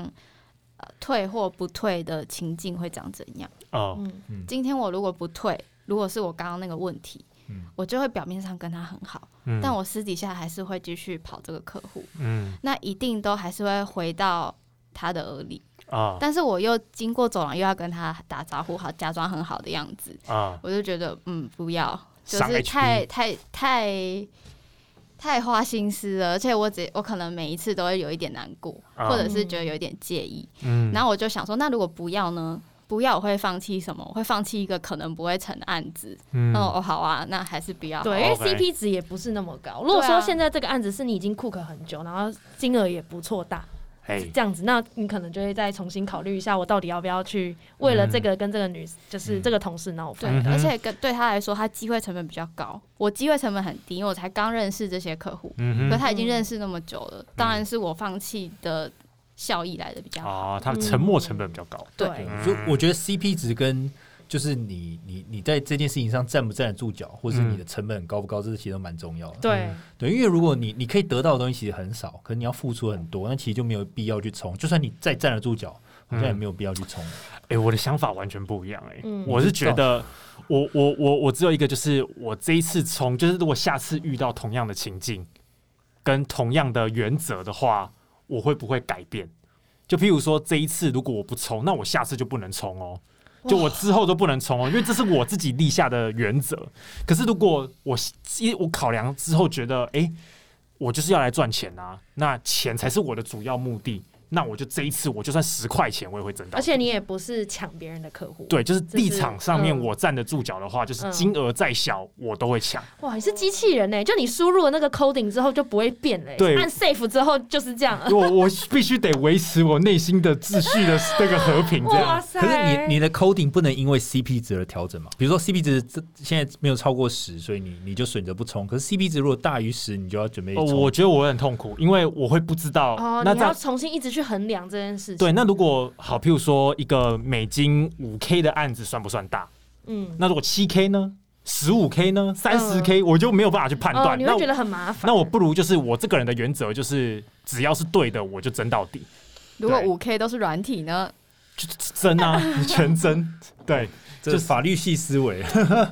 [SPEAKER 1] 呃、退或不退的情境会长怎样。
[SPEAKER 2] 哦、
[SPEAKER 3] 嗯，
[SPEAKER 1] 今天我如果不退，如果是我刚刚那个问题，
[SPEAKER 4] 嗯
[SPEAKER 1] 我就会表面上跟他很好，
[SPEAKER 2] 嗯，
[SPEAKER 1] 但我私底下还是会继续跑这个客户，
[SPEAKER 2] 嗯
[SPEAKER 1] 那一定都还是会回到他的耳里。
[SPEAKER 2] 啊
[SPEAKER 1] 但是我又经过走廊，又要跟他打招呼，好假装很好的样子，
[SPEAKER 2] 啊，
[SPEAKER 1] 我就觉得嗯，不要，就
[SPEAKER 2] 伤
[SPEAKER 1] 是
[SPEAKER 2] HP
[SPEAKER 1] 太太太太花心思了，而且我只我可能每一次都会有一点难过，
[SPEAKER 2] 啊
[SPEAKER 1] 或者是觉得有一点介意，
[SPEAKER 2] 嗯，
[SPEAKER 1] 然后我就想说，那如果不要呢？不要，我会放弃什么？我会放弃一个可能不会成的案子。
[SPEAKER 2] 嗯
[SPEAKER 1] 那我哦，好啊，那还是不要。
[SPEAKER 3] 对，因为
[SPEAKER 2] OK
[SPEAKER 3] CP 值也不是那么高。如果
[SPEAKER 1] 对
[SPEAKER 3] 说
[SPEAKER 1] 啊
[SPEAKER 3] 现在这个案子是你已经 cook 很久，然后金额也不错大，
[SPEAKER 2] 哎
[SPEAKER 3] 这样子，那你可能就会再重新考虑一下，我到底要不要去为了这个跟这个女，就是这个同事闹
[SPEAKER 1] 对
[SPEAKER 3] 翻。
[SPEAKER 2] 嗯哼
[SPEAKER 1] 而且跟对他来说，他机会成本比较高。我机会成本很低，因为我才刚认识这些客户，
[SPEAKER 2] 嗯
[SPEAKER 1] 可
[SPEAKER 2] 哼，
[SPEAKER 1] 他已经认识那么久了，当然是我放弃的效益来的比较好。
[SPEAKER 2] 哦，他的沉默成本比较高。
[SPEAKER 1] 对
[SPEAKER 3] 对
[SPEAKER 2] 嗯
[SPEAKER 4] 就哎我觉得 CP 值跟就是你你你在这件事情上站不站得住脚，或者是
[SPEAKER 2] 嗯
[SPEAKER 4] 你的成本高不高，这其实都蛮重要的。
[SPEAKER 3] 对
[SPEAKER 4] 对，因为如果你你可以得到的东西其实很少，可是你要付出很多，那其实就没有必要去冲。就算你再站得住脚，好像也没有必要去冲。
[SPEAKER 2] 哎、我的想法完全不一样、哎、
[SPEAKER 3] 嗯
[SPEAKER 2] 我是觉得我我我我只有一个，就是我这一次冲，就是如果下次遇到同样的情境跟同样的原则的话，我会不会改变？就譬如说，这一次如果我不冲，那我下次就不能冲哦。就我之后都不能冲哦，因为这是我自己立下的原则。可是如果我一我考量之后觉得，诶，我就是要来赚钱啊，那钱才是我的主要目的，那我就这一次我就算十块钱我也会挣到。
[SPEAKER 3] 而且你也不是抢别人的客户。，
[SPEAKER 2] 对，就是立场上面
[SPEAKER 3] 嗯
[SPEAKER 2] 我站得住脚的话，就是
[SPEAKER 3] 嗯
[SPEAKER 2] 金额再小我都会抢。
[SPEAKER 3] 哇，你是机器人呢、欸就你输入了那个 coding 之后就不会变嘞、
[SPEAKER 2] 对
[SPEAKER 3] 按 save 之后就是这样。
[SPEAKER 2] 我我必须得维持我内心的秩序的这个和平，这
[SPEAKER 3] 哇
[SPEAKER 2] 样。
[SPEAKER 3] 塞！
[SPEAKER 4] 可是你你的 coding 不能因为 CP 值而调整嘛？比如说 CP 值这现在没有超过十，所以你你就选择不冲。可是 CP 值如果大于十，你就要准备
[SPEAKER 2] 哦，
[SPEAKER 4] 冲。
[SPEAKER 2] 我觉得我会很痛苦，因为我会不知道。
[SPEAKER 3] 哦，
[SPEAKER 2] 那
[SPEAKER 3] 你
[SPEAKER 2] 这样
[SPEAKER 3] 要重新一直去衡量这件事情。
[SPEAKER 2] 对，，那如果好，譬如说一个美金五 K 的案子算不算大？
[SPEAKER 3] 嗯，
[SPEAKER 2] 那如果七 K 呢？十五 K 呢？三十 K 我就没有办法去判
[SPEAKER 3] 哦，
[SPEAKER 2] 断。
[SPEAKER 3] 你
[SPEAKER 2] 那
[SPEAKER 3] 会
[SPEAKER 2] 我
[SPEAKER 3] 觉得很麻烦。
[SPEAKER 2] 那我不如就是我这个人的原则就是，只要是对的我就争到底，
[SPEAKER 1] 如果
[SPEAKER 2] 对
[SPEAKER 1] 五 K 都是软体呢？
[SPEAKER 2] 就就争啊，全争。对，
[SPEAKER 4] 这是法律系思维，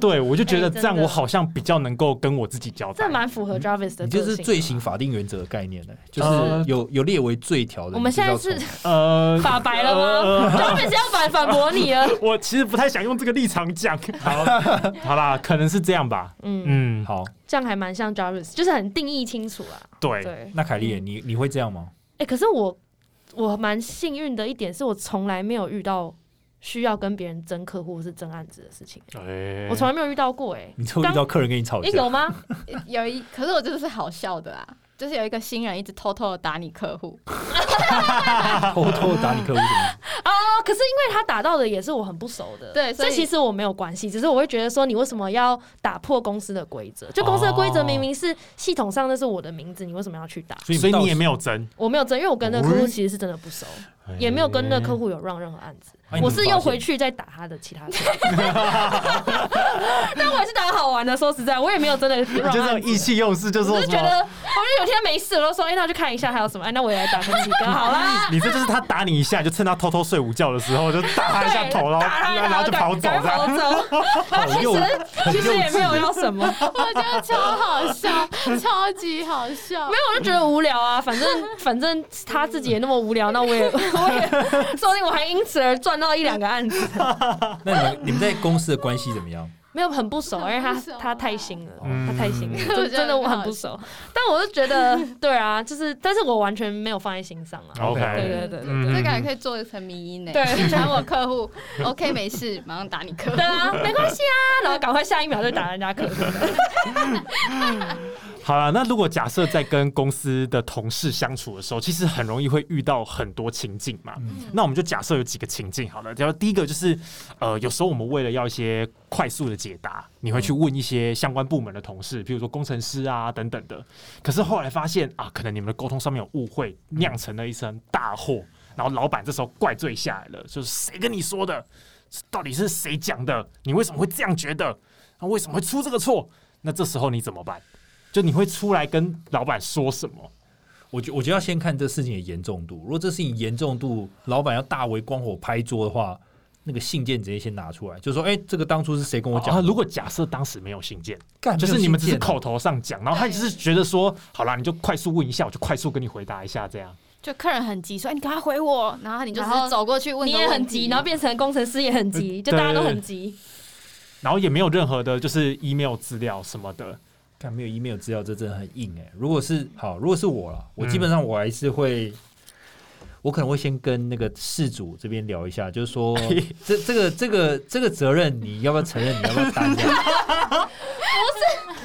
[SPEAKER 2] 对，我就觉得
[SPEAKER 3] 哎
[SPEAKER 2] 这样，
[SPEAKER 3] 真的
[SPEAKER 2] 我好像比较能够跟我自己交代
[SPEAKER 3] 这。蛮符合
[SPEAKER 2] 嗯
[SPEAKER 3] Jarvis 的
[SPEAKER 4] 你
[SPEAKER 3] 个性。啊嗯
[SPEAKER 4] 就是罪行法定原则的概念呢、就是
[SPEAKER 2] 呃
[SPEAKER 4] 有有列为罪条的。
[SPEAKER 3] 我们
[SPEAKER 4] 你就
[SPEAKER 3] 现在
[SPEAKER 4] 要
[SPEAKER 3] 是
[SPEAKER 4] 冲
[SPEAKER 2] 呃，
[SPEAKER 3] 法白了
[SPEAKER 2] 嗯
[SPEAKER 3] 吗？Jarvis 要反反驳你了。
[SPEAKER 2] 我其实不太想用这个立场讲。 好，好啦，可能是这样吧。
[SPEAKER 3] 嗯，
[SPEAKER 2] 嗯，
[SPEAKER 4] 好，
[SPEAKER 3] 这样还蛮像 Jarvis，就是很定义清楚啦。
[SPEAKER 2] 对，
[SPEAKER 3] 对，
[SPEAKER 4] 那凯莉，你你会这样吗？
[SPEAKER 3] 哎、可是我我蛮幸运的一点是我从来没有遇到需要跟别人争客户或是争案子的事情，
[SPEAKER 2] 哎
[SPEAKER 3] 我从来没有遇到过哎、
[SPEAKER 4] 你就遇到客人跟你吵
[SPEAKER 3] 诶有
[SPEAKER 4] 架，
[SPEAKER 3] 吗？
[SPEAKER 1] 有一，可是我就是好笑的啦，就是有一个新人一直偷偷的打你客户，
[SPEAKER 4] 偷偷打你客户什么？
[SPEAKER 3] 哦，可是因为他打到的也是我很不熟的，
[SPEAKER 1] 对所
[SPEAKER 3] 所
[SPEAKER 1] 以
[SPEAKER 3] 以其实我没有关系，只是我会觉得说你为什么要打破公司的规则？就公司的规则
[SPEAKER 2] 哦
[SPEAKER 3] 明明是系统上那是我的名字，你为什么要去打？
[SPEAKER 2] 所以你也
[SPEAKER 4] 有。
[SPEAKER 2] 没有争
[SPEAKER 3] 我没有争，因为我跟那个客户
[SPEAKER 2] 喂
[SPEAKER 3] 其实是真的不熟。也没有跟那客户有让任何案子。
[SPEAKER 4] 哎
[SPEAKER 3] 我是
[SPEAKER 4] 你怎么
[SPEAKER 3] 又
[SPEAKER 4] 发现
[SPEAKER 3] 回去再打他的其 他客户，但我还是打得好玩的。说实在，我也没有真的让
[SPEAKER 2] 你就这
[SPEAKER 3] 案
[SPEAKER 2] 种
[SPEAKER 3] 子。
[SPEAKER 2] 意气用事，就
[SPEAKER 3] 我
[SPEAKER 2] 说
[SPEAKER 3] 就
[SPEAKER 2] 什
[SPEAKER 3] 觉得，
[SPEAKER 2] 么？
[SPEAKER 3] 我就有天没事，我就说，哎、那我去看一下还有什么，哎，那我也来打跟 几个好啦。
[SPEAKER 2] 你这就是他打你一下，就趁他偷偷睡午觉的时候就打他一下头，然后
[SPEAKER 3] 对打他一下
[SPEAKER 2] 然后就跑走这
[SPEAKER 3] 赶快
[SPEAKER 2] 样。
[SPEAKER 3] 跑走。
[SPEAKER 4] 好幼稚
[SPEAKER 3] 其实也没有要什么，
[SPEAKER 5] 我觉得超好笑，超级好笑
[SPEAKER 3] 没。有，我就觉得无聊啊。反正 反正他自己也那么无聊，那我也 我也说不定我还因此而赚到一两个案子。
[SPEAKER 4] 那你们你们在公司的关系怎么样？
[SPEAKER 3] 没有很不熟，因为他
[SPEAKER 5] 很不熟啊
[SPEAKER 3] 他太新了，
[SPEAKER 2] 嗯
[SPEAKER 3] 他太 新了，
[SPEAKER 5] 我
[SPEAKER 3] 就
[SPEAKER 5] 觉得
[SPEAKER 3] 真的我
[SPEAKER 5] 很
[SPEAKER 3] 很
[SPEAKER 5] 好
[SPEAKER 3] 不熟。但我就觉得， 对啊，就是，但是我完全没有放在心上
[SPEAKER 4] 哦
[SPEAKER 3] 啊。
[SPEAKER 2] OK，
[SPEAKER 3] 对对对对
[SPEAKER 2] 嗯
[SPEAKER 1] 这感觉可以做一层迷因呢。
[SPEAKER 3] 对
[SPEAKER 1] 打我客户，OK，没事，马上打你客户
[SPEAKER 3] 对。啊，没关系啊， 然后赶快下一秒就打人家客户。
[SPEAKER 2] 好了，那如果假设在跟公司的同事相处的时候，其实很容易会遇到很多情境嘛。
[SPEAKER 4] 嗯
[SPEAKER 2] 那我们就假设有几个情境好了，然后第一个就是，呃，有时候我们为了要一些快速的解答，你会去问一些相关部门的同事，比如说工程师啊等等的。可是后来发现啊，可能你们的沟通上面有误会，酿成了一身大祸。然后老板这时候怪罪下来了，就是谁跟你说的？到底是谁讲的？你为什么会这样觉得？那为什么会出这个错？那这时候你怎么办？就你会出来跟老板说什么？
[SPEAKER 4] 我觉我觉得要先看这事情的严重度。如果这事情严重度，老板要大为光火拍桌的话，那个信件直接先拿出来，就说：“哎、这个当初是谁跟我讲
[SPEAKER 2] 啊
[SPEAKER 4] 的？”
[SPEAKER 2] 如果假设当时没有信件，
[SPEAKER 4] 干
[SPEAKER 2] 就是你们只是口，
[SPEAKER 4] 没有信件啊
[SPEAKER 2] 头上讲，然后他只是觉得说，好啦，你就快速问一下，我就快速跟你回答一下，这样。
[SPEAKER 1] 就客人很急，说哎你赶快回我，然后你就
[SPEAKER 3] 然后
[SPEAKER 1] 是走过去问
[SPEAKER 3] 你
[SPEAKER 1] 个
[SPEAKER 3] 也很
[SPEAKER 1] 问题
[SPEAKER 3] 急，然后变成工程师也很
[SPEAKER 4] 呃
[SPEAKER 3] 急，就大家都很急。
[SPEAKER 2] 然后也没有任何的，就是 email 资料什么的。
[SPEAKER 4] 干没有 email 资料，这真的很硬哎、如果是好，如果是我了，我基本上我还是会。我可能会先跟那个事主这边聊一下，就是 说这这个这个这个责任，你要不要承认？你要不要 担？这样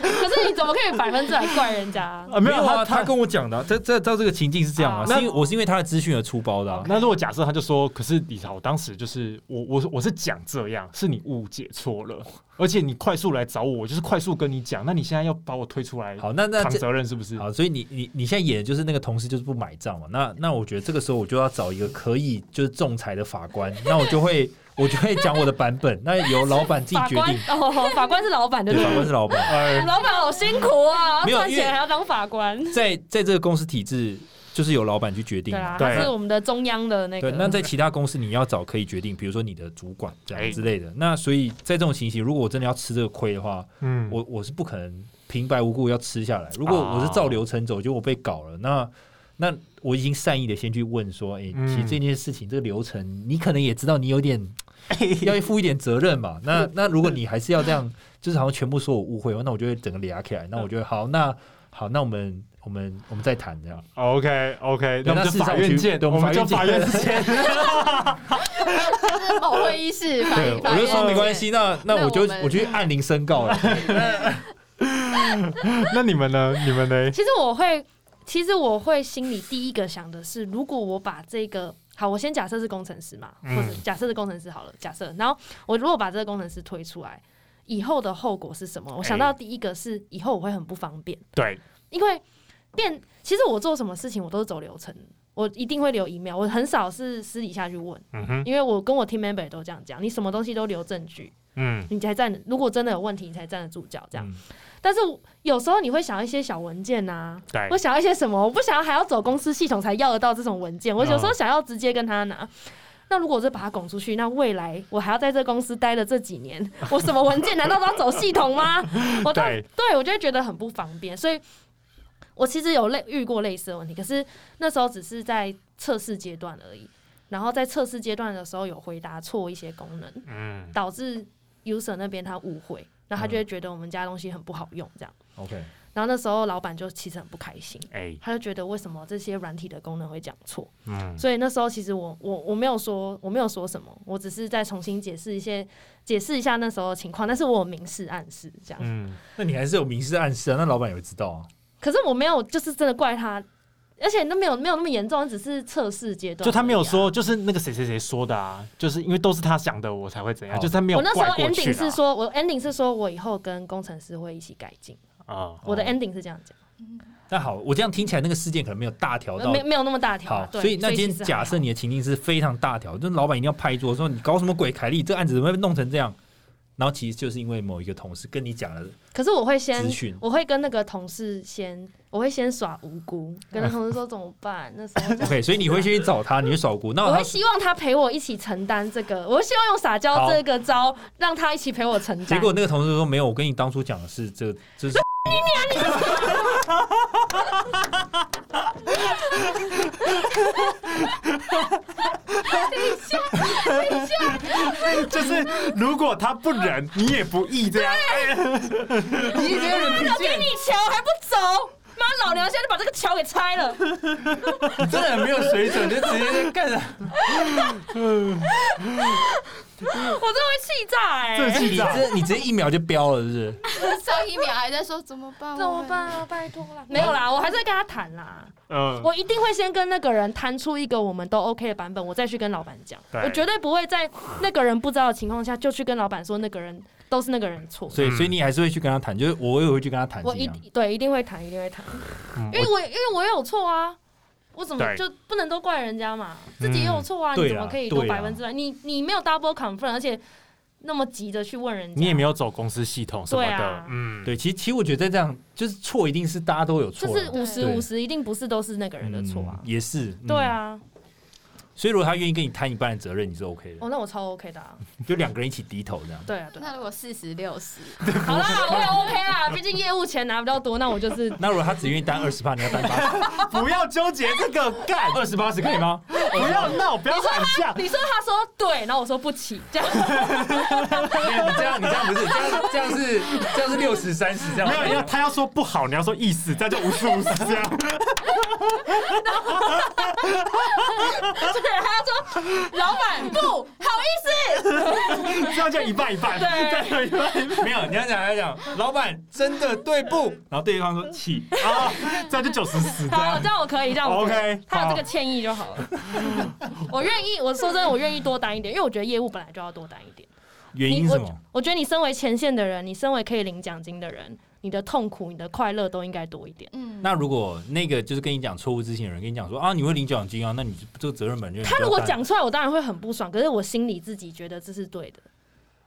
[SPEAKER 3] 可是你怎么可以百分之百怪人家 啊？
[SPEAKER 2] 啊，
[SPEAKER 4] 有啊，
[SPEAKER 2] 他
[SPEAKER 4] 他跟我讲的啊，这这到这个情境是这样啊，
[SPEAKER 3] 啊
[SPEAKER 4] 是因为我是因为他的资讯而出包的啊。
[SPEAKER 2] 那如果假设他就说，可是李豪当时就是我，我我是讲这样，是你误解错了，而且你快速来找我，我就是快速跟你讲，那你现在要把我推出来
[SPEAKER 4] 好，那那
[SPEAKER 2] 扛
[SPEAKER 4] 这
[SPEAKER 2] 责任是不是？
[SPEAKER 4] 好，所以你你你现在演的就是那个同事就是不买账嘛？那那我觉得这个时候我就要找一个可以就是仲裁的法官，那我就会我就会讲我的版本，那由老板自己
[SPEAKER 3] 法
[SPEAKER 4] 决
[SPEAKER 3] 官哎
[SPEAKER 4] 定。
[SPEAKER 3] 哦，法官是老板对不
[SPEAKER 4] 对，
[SPEAKER 3] 对
[SPEAKER 4] 法？官是 老板。
[SPEAKER 2] 呃，
[SPEAKER 3] 老板好辛苦啊，
[SPEAKER 4] 没有
[SPEAKER 3] 赚
[SPEAKER 4] 因为
[SPEAKER 3] 钱还要当法官。
[SPEAKER 4] 在在这个公司体制，就是由老板去决定
[SPEAKER 3] 对啊
[SPEAKER 4] 嘛。，
[SPEAKER 2] 对
[SPEAKER 3] 他是我们的中央的那个。
[SPEAKER 4] 对，那在其他公司你要找可以决定，比如说你的主管这
[SPEAKER 2] 哎
[SPEAKER 4] 样之类的。那所以在这种情形，如果我真的要吃这个亏的话，
[SPEAKER 2] 嗯
[SPEAKER 4] 我我是不可能平白无故要吃下来。如果我是照流程走，就我被搞了，那那我已经善意的先去问说，哎、
[SPEAKER 2] 嗯
[SPEAKER 4] 其实这件事情这个流程，你可能也知道，你有点要负一点责任嘛。那那如果你还是要这样，就是好像全部说我误会哦，那我就会整个俩起来。那我就会好，那好，那我们我们我们再谈这样。
[SPEAKER 2] OK OK，哦那
[SPEAKER 4] 对
[SPEAKER 2] 我们
[SPEAKER 4] 那
[SPEAKER 2] 就
[SPEAKER 4] 事实上
[SPEAKER 2] 法院
[SPEAKER 4] 去
[SPEAKER 2] 见，
[SPEAKER 4] 对我们
[SPEAKER 2] 就法
[SPEAKER 4] 法
[SPEAKER 2] 院
[SPEAKER 4] 院
[SPEAKER 2] 见。
[SPEAKER 1] 是某会议室，法
[SPEAKER 4] 对，
[SPEAKER 1] 法
[SPEAKER 4] 我就说
[SPEAKER 1] 院
[SPEAKER 4] 没关系，那
[SPEAKER 1] 那
[SPEAKER 4] 那我就
[SPEAKER 1] 我们
[SPEAKER 4] 我就去按铃申告了。
[SPEAKER 2] 那你们呢？你们呢？
[SPEAKER 3] 其实我会，其实我会心里第一个想的是，如果我把这个好，我先假设是工程师嘛，
[SPEAKER 2] 嗯
[SPEAKER 3] 或者假设是工程师好了，假设，然后我如果把这个工程师推出来，以后的后果是什么？我想到第一个是，以后我会很不方便，
[SPEAKER 2] 对，
[SPEAKER 3] 因为变，其实我做什么事情我都是走流程。我一定会留 email，我很少是私底下去问，
[SPEAKER 2] 嗯哼，
[SPEAKER 3] 因为我跟我 team member 也都这样讲，你什么东西都留证据，
[SPEAKER 2] 嗯
[SPEAKER 3] 你才站，如果真的有问题，你才站得住脚这样。
[SPEAKER 4] 嗯
[SPEAKER 3] 但是有时候你会想要一些小文件啊呐、
[SPEAKER 2] 对
[SPEAKER 3] 我，想要一些什么？我不想要还要走公司系统才要得到这种文件，我有时候想要直接跟他拿。那如果我是把它拱出去，那未来我还要在这公司待了这几年， 我什么文件难道都要走系统吗？我到
[SPEAKER 2] 对
[SPEAKER 3] 对我就会觉得很不方便，所以我其实有类遇过类似的问题，可是那时候只是在测试阶段而已。然后在测试阶段的时候有回答错一些功能，
[SPEAKER 2] 嗯
[SPEAKER 3] 导致 user 那边他误会，然后他就会觉得我们家东西很不好用这样。
[SPEAKER 4] OK，
[SPEAKER 3] 然后那时候老板就其实很不开心，
[SPEAKER 2] 哎，
[SPEAKER 3] 他就觉得为什么这些软体的功能会讲错，
[SPEAKER 2] 嗯
[SPEAKER 3] 所以那时候其实我我我没有说我没有说什么，我只是再重新解释一些解释一下那时候的情况，但是我有明示暗示这样，
[SPEAKER 2] 嗯，
[SPEAKER 4] 那你还是有明示暗示啊，那老板也会知道啊。
[SPEAKER 3] 可是我没有就是真的怪他，而且那没有没有那么严重，只是测试阶段、啊
[SPEAKER 2] 就他没有。说，就是那个谁谁谁说的啊，就是因为都是他想的，我才会怎样，
[SPEAKER 4] 好
[SPEAKER 2] 就是他没有
[SPEAKER 3] 哦我那时
[SPEAKER 2] 怪
[SPEAKER 3] 候
[SPEAKER 2] 过去
[SPEAKER 3] ending 是
[SPEAKER 2] 啦
[SPEAKER 3] 说，我 ending 是说我以后跟工程师会一起改进，
[SPEAKER 2] 啊，
[SPEAKER 3] 我的 ending 是这样讲。
[SPEAKER 4] 那好，我这样听起来那个事件可能没有大条到
[SPEAKER 3] 没没有那么大条
[SPEAKER 4] 好
[SPEAKER 3] 啊，，对
[SPEAKER 4] 所以那今
[SPEAKER 3] 其实
[SPEAKER 4] 天
[SPEAKER 3] 还
[SPEAKER 4] 假设
[SPEAKER 3] 好
[SPEAKER 4] 你的情境是非常大条，就是老板一定要拍桌说你搞什么鬼，凯莉这案子怎么会弄成这样？然后其实就是因为某一个同事跟你讲了，
[SPEAKER 3] 可是我会先
[SPEAKER 4] 资讯，
[SPEAKER 3] 我会跟那个同事先，我会先耍无辜，跟那同事说怎么办？那时 候就
[SPEAKER 4] OK，所以你会先去找他，你去扫姑，那
[SPEAKER 3] 我
[SPEAKER 4] 他
[SPEAKER 3] 会希望他陪我一起承担这个，我会希望用撒娇
[SPEAKER 4] 好
[SPEAKER 3] 这个招让他一起陪我承担。
[SPEAKER 4] 结果那个同事说没有，我跟你当初讲的是这，这是
[SPEAKER 2] 就是如果他不忍，你也不义这样。哎
[SPEAKER 4] 你这个人不见，
[SPEAKER 3] 你球还不走，妈老娘现在就把这个桥给拆了。
[SPEAKER 4] 你真的很没有水准，就直接干了。
[SPEAKER 3] 我真的会气炸哎、
[SPEAKER 2] 这
[SPEAKER 4] 你这你直接一秒就飙了，是不是？
[SPEAKER 5] 上一秒还在说怎么办，
[SPEAKER 3] 怎么办啊？拜托啦，没有啦，我还是会跟他谈啦。
[SPEAKER 2] 嗯，
[SPEAKER 3] 我一定会先跟那个人谈出一个我们都 OK 的版本，我再去跟老板讲。
[SPEAKER 2] 对
[SPEAKER 3] 我绝对不会在那个人不知道的情况下就去跟老板说那个人都是那个人错。
[SPEAKER 4] 所以所以你还是会去跟他谈，就是我也会去跟他谈
[SPEAKER 3] 嗯我
[SPEAKER 4] 这
[SPEAKER 3] 一
[SPEAKER 4] 样。
[SPEAKER 3] 对一定会谈，一定会谈，
[SPEAKER 2] 嗯
[SPEAKER 3] 因为我因为我也有错啊，我怎么
[SPEAKER 2] 对
[SPEAKER 3] 就不能都怪人家嘛？自己也有错啊，
[SPEAKER 4] 对
[SPEAKER 3] 你
[SPEAKER 4] 啦
[SPEAKER 3] 怎么可以都
[SPEAKER 4] 对啦
[SPEAKER 3] 百分之百？你你没有 double confirm，而且那么急着去问人家，
[SPEAKER 2] 你也没有走公司系统什么
[SPEAKER 3] 对
[SPEAKER 2] 的
[SPEAKER 3] 啊，
[SPEAKER 2] 嗯，
[SPEAKER 4] 对，其实其实我觉得这样就是错，一定是大家都有错
[SPEAKER 3] 就
[SPEAKER 4] 啦，
[SPEAKER 3] 是五十
[SPEAKER 4] 对
[SPEAKER 3] 五十，一定不是都是那个人的错啊
[SPEAKER 4] 嗯。也是。嗯
[SPEAKER 3] 对，啊，
[SPEAKER 4] 所以如果他愿意跟你摊一半的责任，你是 OK 的，
[SPEAKER 3] 哦，那我超 OK 的啊，
[SPEAKER 4] 就两个人一起低头这样。
[SPEAKER 3] 对啊，对啊
[SPEAKER 5] 那如果四十六十，
[SPEAKER 3] 好啦，我也 OK 啦，毕竟业务钱拿比较多，那我就是
[SPEAKER 4] 那如果他只愿意担二十趴，你要担八十，
[SPEAKER 2] 不要纠结这个干，
[SPEAKER 4] 二十八十可以吗？
[SPEAKER 2] 不要 闹，不要喊价。
[SPEAKER 3] 你说他说对，然后我说不起，这 样
[SPEAKER 4] 没有，你这样你这样不是，这样这样是这样是六十三十这样。
[SPEAKER 2] 没有，要他要说不好，你要说意思，这样就无视无啊视这 样。
[SPEAKER 3] 对，他说老板不好意思，
[SPEAKER 2] 这样就一半一半，
[SPEAKER 3] 对
[SPEAKER 2] 这样就一半一半。
[SPEAKER 4] 没有，你要讲要讲，老板真的对不？然后对方说 起，
[SPEAKER 2] 啊，这样就九十死这
[SPEAKER 3] 好，
[SPEAKER 2] 样
[SPEAKER 3] 这。样我可以，这样我可以
[SPEAKER 2] OK，
[SPEAKER 3] 他有
[SPEAKER 2] 好
[SPEAKER 3] 这个歉意就好了。 我愿意，我说真的，我愿意多担一点，因为我觉得业务本来就要多担一点。
[SPEAKER 4] 原
[SPEAKER 3] 你
[SPEAKER 4] 因是什
[SPEAKER 3] 我
[SPEAKER 4] 么？
[SPEAKER 3] 我觉得你身为前线的人，你身为可以领奖金的人，你的痛苦、你的快乐都应该多一点。
[SPEAKER 5] 嗯，
[SPEAKER 4] 那如果那个就是跟你讲错误之前的人跟你讲说啊，你会领奖金啊，那你这个责任本来就
[SPEAKER 3] 他如果讲出来，我当然会很不爽，可是我心里自己觉得这是对的。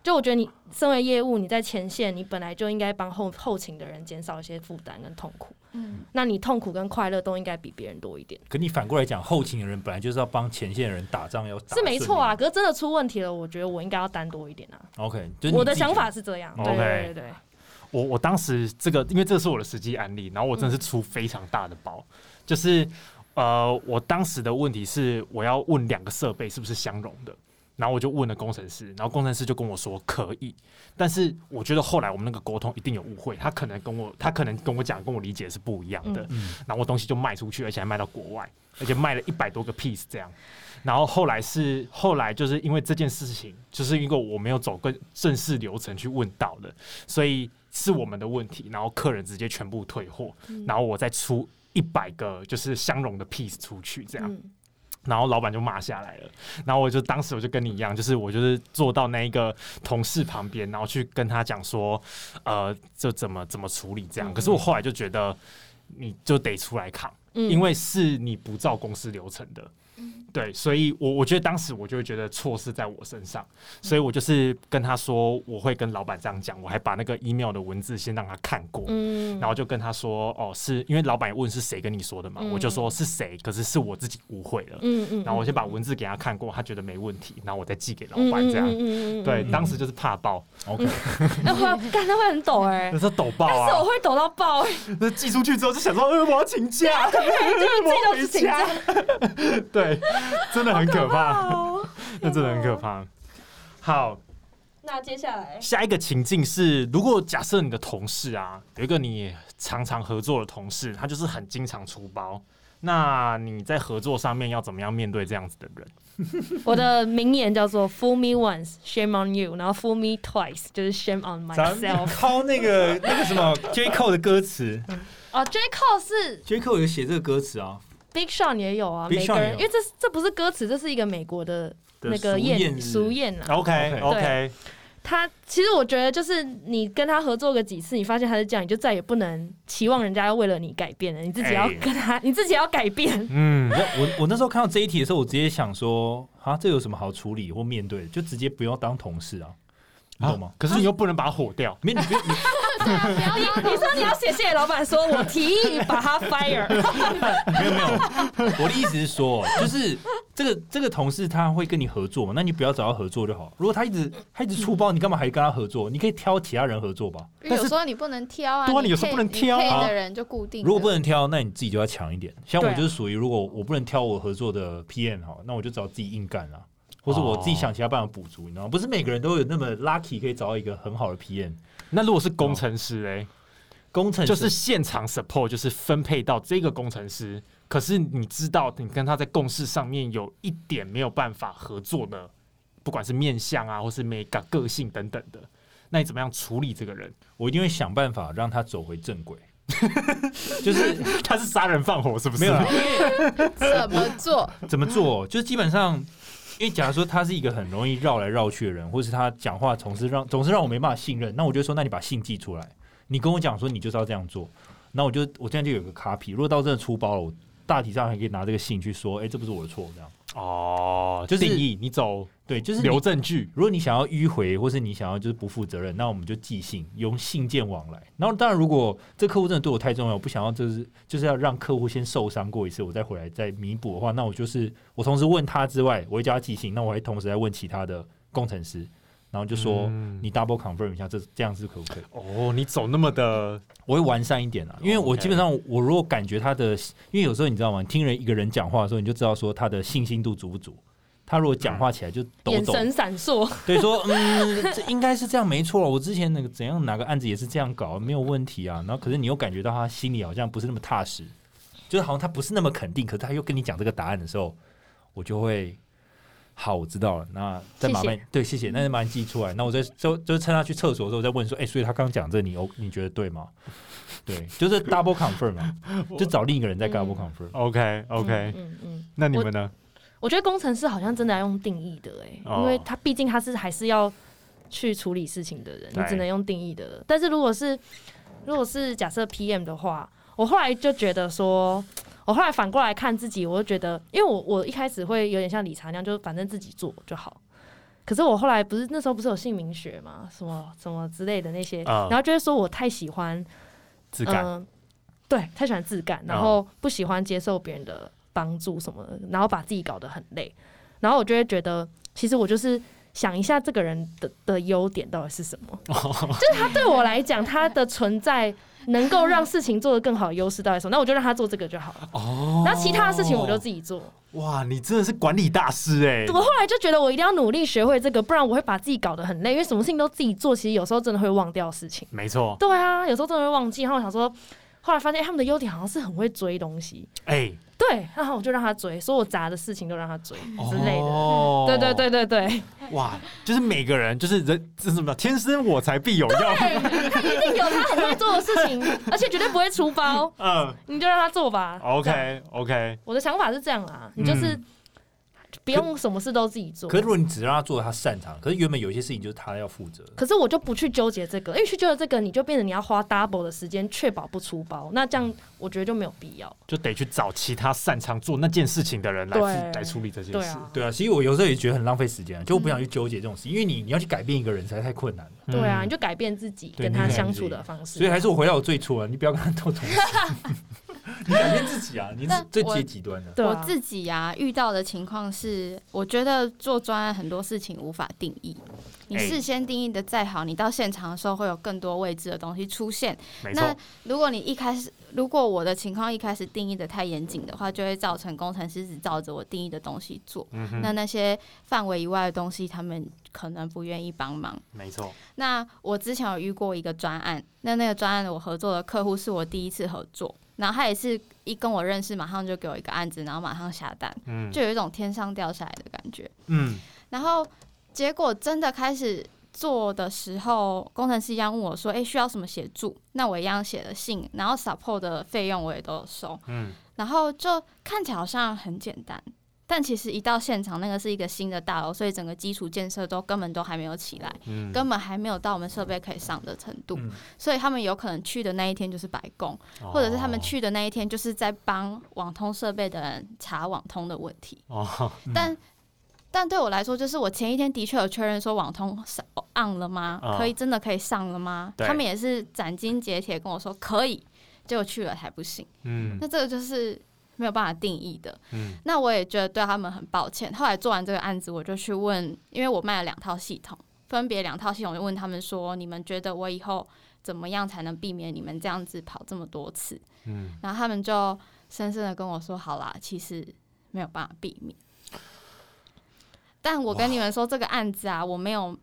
[SPEAKER 3] 就我觉得你身为业务，你在前线，你本来就应该帮后后勤的人减少一些负担跟痛苦。
[SPEAKER 5] 嗯，
[SPEAKER 3] 那你痛苦跟快乐都应该比别人多一点，
[SPEAKER 4] 可你反过来讲，后勤的人本来就是要帮前线的人打仗，要打
[SPEAKER 3] 是没错啊。
[SPEAKER 4] 顺
[SPEAKER 3] 可是真的出问题了，我觉得我应该要担多一点啊。
[SPEAKER 4] 利。OK，就是你
[SPEAKER 3] 我的
[SPEAKER 4] 自己
[SPEAKER 3] 想法是这样，对
[SPEAKER 2] OK
[SPEAKER 3] 对对对，
[SPEAKER 2] 我我当时这个，因为这是我的实际案例，然后我真的是出非常大的包，就是呃，我当时的问题是我要问两个设备是不是相容的，然后我就问了工程师，然后工程师就跟我说可以，但是我觉得后来我们那个沟通一定有误会，他可能跟我他可能跟我讲跟我理解是不一样的，
[SPEAKER 4] 嗯
[SPEAKER 2] 然后我东西就卖出去，而且还卖到国外，而且卖了一百多个 piece 这样。然后后来是后来就是因为这件事情，就是因为我没有走更正式流程去问到的，所以是我们的问题。然后客人直接全部退货，
[SPEAKER 4] 嗯
[SPEAKER 2] 然后我再出一百个就是相容的 piece 出去这样。
[SPEAKER 3] 嗯，
[SPEAKER 2] 然后老板就骂下来了，然后我就当时我就跟你一样，就是我就是坐到那一个同事旁边，然后去跟他讲说，呃，这怎么怎么处理这样。可是我后来就觉得，你就得出来扛，
[SPEAKER 3] 嗯
[SPEAKER 2] 因为是你不照公司流程的，对，所以我我觉得当时我就会觉得错是在我身上，
[SPEAKER 3] 嗯
[SPEAKER 2] 所以我就是跟他说我会跟老板这样讲，我还把那个 email 的文字先让他看过，
[SPEAKER 3] 嗯
[SPEAKER 2] 啊然后就跟他说，哦，是因为老板问是谁跟你说的嘛，
[SPEAKER 3] 嗯
[SPEAKER 2] 我就说是谁，可是是我自己误会了。
[SPEAKER 3] 嗯嗯
[SPEAKER 2] 然后我先把文字给他看过，他觉得没问题，然后我再寄给老
[SPEAKER 3] 嗯
[SPEAKER 2] 板这样。
[SPEAKER 3] 嗯嗯嗯嗯嗯
[SPEAKER 2] 对，
[SPEAKER 4] 嗯
[SPEAKER 2] 当时就是怕爆，
[SPEAKER 4] OK，
[SPEAKER 3] 那会干，那会很抖哎
[SPEAKER 2] 那，是抖爆
[SPEAKER 3] 但是我
[SPEAKER 2] 啊！
[SPEAKER 3] 会抖到爆，哎
[SPEAKER 2] 那寄出去之后就想说，呃，我要请假， 我
[SPEAKER 3] 自
[SPEAKER 2] 回
[SPEAKER 3] 己都是请假
[SPEAKER 2] 家。对，真的很可怕，
[SPEAKER 3] 哦
[SPEAKER 2] 那真的很可怕。好，
[SPEAKER 3] 那接下来
[SPEAKER 2] 下一个情境是，如果假设你的同事啊，有一个你常常合作的同事，他就是很经常出包，那你在合作上面要怎么样面对这样子的人？
[SPEAKER 3] 我的名言叫做 “Fool me once, shame on you”，然后 “Fool me twice” 就是 “shame on
[SPEAKER 4] 咱们
[SPEAKER 3] myself”。
[SPEAKER 4] 抄那个那个什么 J Cole 的歌词
[SPEAKER 3] 哦 j Cole 是
[SPEAKER 4] ，J Cole 有写这个歌词啊，
[SPEAKER 3] Big Sean 也有啊，
[SPEAKER 4] Big
[SPEAKER 3] 每个
[SPEAKER 4] Sean
[SPEAKER 3] 人
[SPEAKER 4] 也，有
[SPEAKER 3] 因为这是这不是歌词，这是一个美国的
[SPEAKER 4] 的
[SPEAKER 3] 那个
[SPEAKER 4] 俗谚
[SPEAKER 3] 谚
[SPEAKER 4] 是
[SPEAKER 3] 俗谚啊。
[SPEAKER 2] OK
[SPEAKER 4] OK
[SPEAKER 2] OK，
[SPEAKER 3] 他其实我觉得，就是你跟他合作个几次，你发现他是这样，你就再也不能期望人家要为了你改变了，你自己要
[SPEAKER 4] 哎
[SPEAKER 3] 跟他，你自己要 改变。
[SPEAKER 2] 嗯，
[SPEAKER 4] 我我那时候看到这一题的时候，我直接想说，啊，这有什么好处理或面对的？就直接不用当同事啊，你懂吗？
[SPEAKER 2] 啊可是你又不能把它火掉，
[SPEAKER 4] 没，你不 你
[SPEAKER 3] 你说你要写信给老板说，我提议把他 fire，
[SPEAKER 4] 没有没有，我的意思是说，就是这个这个同事他会跟你合作嘛，那你不要找他合作就好。如果他一直他一直粗暴，你干嘛还跟他合作？你可以挑其他人合作吧。
[SPEAKER 5] 因为有时候你不能挑啊，
[SPEAKER 2] 对啊
[SPEAKER 5] 你
[SPEAKER 2] 你有时候不能
[SPEAKER 5] 配
[SPEAKER 2] 挑啊
[SPEAKER 5] 你配的人就固定的。
[SPEAKER 4] 如果不能挑，那你自己就要强一点。像
[SPEAKER 3] 嗯对
[SPEAKER 4] 我
[SPEAKER 3] 啊
[SPEAKER 4] 就是属于，如果我不能挑我合作的 PM 哈，那我就找自己硬干啦，啊或是我自己想其他办法补足，你知道吗？不是每个人都有那么 lucky 可以找到一个很好的 PM
[SPEAKER 2] 那如果是工程师嘞、
[SPEAKER 4] 工程师，
[SPEAKER 2] 就是现场 support，就是分配到这个工程师。可是你知道，你跟他在共事上面有一点没有办法合作的，不管是面相啊，或是美感、个性等等的，那你怎么样处理这个人？
[SPEAKER 4] 我一定会想办法让他走回正轨，就是
[SPEAKER 2] 他是杀人放火是不是？
[SPEAKER 4] 没有啦。
[SPEAKER 5] 怎么做，
[SPEAKER 4] 怎么做？就是基本上，因为假如说他是一个很容易绕来绕去的人，或是他讲话总是让总是让我没办法信任，那我就说，那你把信寄出来，你跟我讲说你就是要这样做，那我就我现在就有个 copy。如果到真的出包了，我大体上还可以拿这个信去说，哎、这不是我的错，这样
[SPEAKER 2] 哦，
[SPEAKER 4] 就是
[SPEAKER 2] 定义你走
[SPEAKER 4] 对，就是你
[SPEAKER 2] 留证据，
[SPEAKER 4] 如果你想要迂回，或是你想要就是不负责任，那我们就寄信，用信件往来。然后当然，如果这客户真的对我太重要，我不想要就是就是要让客户先受伤过一次，我再回来再弥补的话，那我就是我同时问他之外，我会叫他寄信，那我还同时在问其他的工程师，然后就说、
[SPEAKER 2] 嗯
[SPEAKER 4] 你 double confirm 一下，这这样是可不可以？
[SPEAKER 2] 哦，你走那么的
[SPEAKER 4] 我会完善一点啊，因为我
[SPEAKER 2] OK
[SPEAKER 4] 基本上我如果感觉他的，因为有时候你知道吗？你听人一个人讲话的时候，你就知道说他的信心度足不足。他如果讲话起来就抖
[SPEAKER 3] 眼
[SPEAKER 4] 抖
[SPEAKER 3] 神闪烁，
[SPEAKER 4] 对，说嗯，这应该是这样没错。我之前那个怎样哪个案子也是这样搞，没有问题啊。然后可是你又感觉到他心里好像不是那么踏实，就是好像他不是那么肯定，可是他又跟你讲这个答案的时候，我就会。好，我知道了。那再麻烦
[SPEAKER 3] 谢嗯
[SPEAKER 4] 对，谢谢。那就麻烦记出来。那我再就就是趁他去厕所的时候再问说，哎、所以他刚讲这你 O 你觉得 对吗？对，就是 double confirm 嘛，就找另一个人再 double confirm。
[SPEAKER 2] OK OK，、
[SPEAKER 3] 嗯嗯。
[SPEAKER 2] 那你们呢？
[SPEAKER 3] 我觉得工程师好像真的要用定义的哎、
[SPEAKER 2] 哦
[SPEAKER 3] 因为他毕竟他是还是要去处理事情的人，你
[SPEAKER 2] 对
[SPEAKER 3] 只能用定义的。但是如果是如果是假设 PM 的话，我后来就觉得说，我后来反过来看自己，我就觉得，因为我我一开始会有点像理查那样，就反正自己做就好。可是我后来不是那时候不是有姓名学嘛，什么什么之类的那些，
[SPEAKER 2] 啊
[SPEAKER 3] 然后就会说我太喜欢
[SPEAKER 2] 质感、哦
[SPEAKER 3] 嗯，对，太喜欢自感，然后不喜欢接受别人的帮助什么的，然后把自己搞得很累，然后我就会觉得，其实我就是想一下这个人的的优点到底是什 么，就是他对我来讲，他的存在能够让事情做得更好，优势到底是什么，那我就让他做这个就好了，
[SPEAKER 2] 哦嗯
[SPEAKER 3] 然后其他的事情我就自己做。
[SPEAKER 2] 哇，你真的是管理大师哎、
[SPEAKER 3] 我后来就觉得我一定要努力学会这个，不然我会把自己搞得很累，因为什么事情都自己做，其实有时候真的会忘掉事情。
[SPEAKER 2] 没错，
[SPEAKER 3] 对啊，有时候真的会忘记。然后我想说，后来发现、哎他们的优点好像是很会追东西，
[SPEAKER 2] 哎、
[SPEAKER 3] 对，然后我就让他追，所有杂的事情都让他追之类的。
[SPEAKER 2] 哦
[SPEAKER 3] 对对对对对，
[SPEAKER 2] 哇，就是每个人就是人，这是什么天生我材必有用，
[SPEAKER 3] 他一定有他很会做的事情，而且绝对不会出包，
[SPEAKER 2] 嗯
[SPEAKER 3] 你就让他做 吧。这样
[SPEAKER 2] ，OK OK，
[SPEAKER 3] 我的想法是这样啦，你就是不用什么事都自己做。
[SPEAKER 4] 可是如果你只让他做他擅长，可是原本有些事情就是他要负责的。
[SPEAKER 3] 可是我就不去纠结这个，因为哎去纠结这个，你就变成你要花 double 的时间确保不出包，那这样我觉得就没有必要。
[SPEAKER 2] 就得去找其他擅长做那件事情的人来
[SPEAKER 3] 对
[SPEAKER 2] 来处理这件
[SPEAKER 3] 对
[SPEAKER 2] 事。
[SPEAKER 3] 啊，
[SPEAKER 4] 对啊，其实我有时候也觉得很浪费时间啊，就我不想去纠结这种事，因为你你要去改变一个人实在太困难了。
[SPEAKER 3] 对啊，
[SPEAKER 2] 嗯
[SPEAKER 3] 你就改变自己
[SPEAKER 4] 对
[SPEAKER 3] 跟
[SPEAKER 4] 你
[SPEAKER 3] 他
[SPEAKER 4] 改变
[SPEAKER 3] 相
[SPEAKER 4] 自
[SPEAKER 3] 处
[SPEAKER 4] 己
[SPEAKER 3] 的方式。
[SPEAKER 4] 所以还是我回到我最初啊，你不要跟他斗 同事，你改变自己啊，你
[SPEAKER 1] 但
[SPEAKER 4] 是最
[SPEAKER 1] 我
[SPEAKER 4] 最极端的。
[SPEAKER 3] 对啊
[SPEAKER 1] 我自己呀、遇到的情况是，我觉得做专案很多事情无法定义。你
[SPEAKER 2] 哎
[SPEAKER 1] 事先定义的再好，你到现场的时候会有更多未知的东西出现。
[SPEAKER 2] 没
[SPEAKER 1] 那
[SPEAKER 2] 错，
[SPEAKER 1] 如果你一开始，如果我的情况一开始定义的太严谨的话，就会造成工程师只照着我定义的东西做。
[SPEAKER 2] 嗯哼，
[SPEAKER 1] 那那些范围以外的东西，他们可能不愿意帮忙。
[SPEAKER 2] 没错，
[SPEAKER 1] 那我之前有遇过一个专案，那那个专案我合作的客户是我第一次合作，然后他也是一跟我认识，马上就给我一个案子，然后马上下单，
[SPEAKER 2] 嗯
[SPEAKER 1] 就有一种天上掉下来的感觉。
[SPEAKER 2] 嗯，
[SPEAKER 1] 然后结果真的开始做的时候，工程师一样问我说：“诶，需要什么协助？”那我一样写了信，然后 support 的费用我也都有收，
[SPEAKER 2] 嗯
[SPEAKER 1] 然后就看起来好像很简单，但其实一到现场，那个是一个新的大楼，所以整个基础建设都根本都还没有起来，
[SPEAKER 2] 嗯，
[SPEAKER 1] 根本还没有到我们设备可以上的程度，
[SPEAKER 4] 嗯
[SPEAKER 1] 所以他们有可能去的那一天就是白宫，
[SPEAKER 2] 哦
[SPEAKER 1] 或者是他们去的那一天就是在帮网通设备的人查网通的问题。
[SPEAKER 2] 哦，
[SPEAKER 4] 嗯
[SPEAKER 1] 但但对我来说，就是我前一天的确有确认说网通上 on 了吗？
[SPEAKER 2] 啊
[SPEAKER 1] 可以真的可以上了吗？
[SPEAKER 2] 对
[SPEAKER 1] 他们也是斩钉截铁跟我说可以，结果去了还不行。
[SPEAKER 2] 嗯
[SPEAKER 1] 那这个就是没有办法定义的。
[SPEAKER 2] 嗯
[SPEAKER 1] 那我也觉得对他们很抱歉。后来做完这个案子，我就去问，因为我卖了两套系统，分别两套系统，就问他们说，你们觉得我以后怎么样才能避免你们这样子跑这么多次？
[SPEAKER 2] 嗯，
[SPEAKER 1] 然后他们就深深的跟我说，好啦，其实没有办法避免。但我跟你们说，这个案子啊，我没有，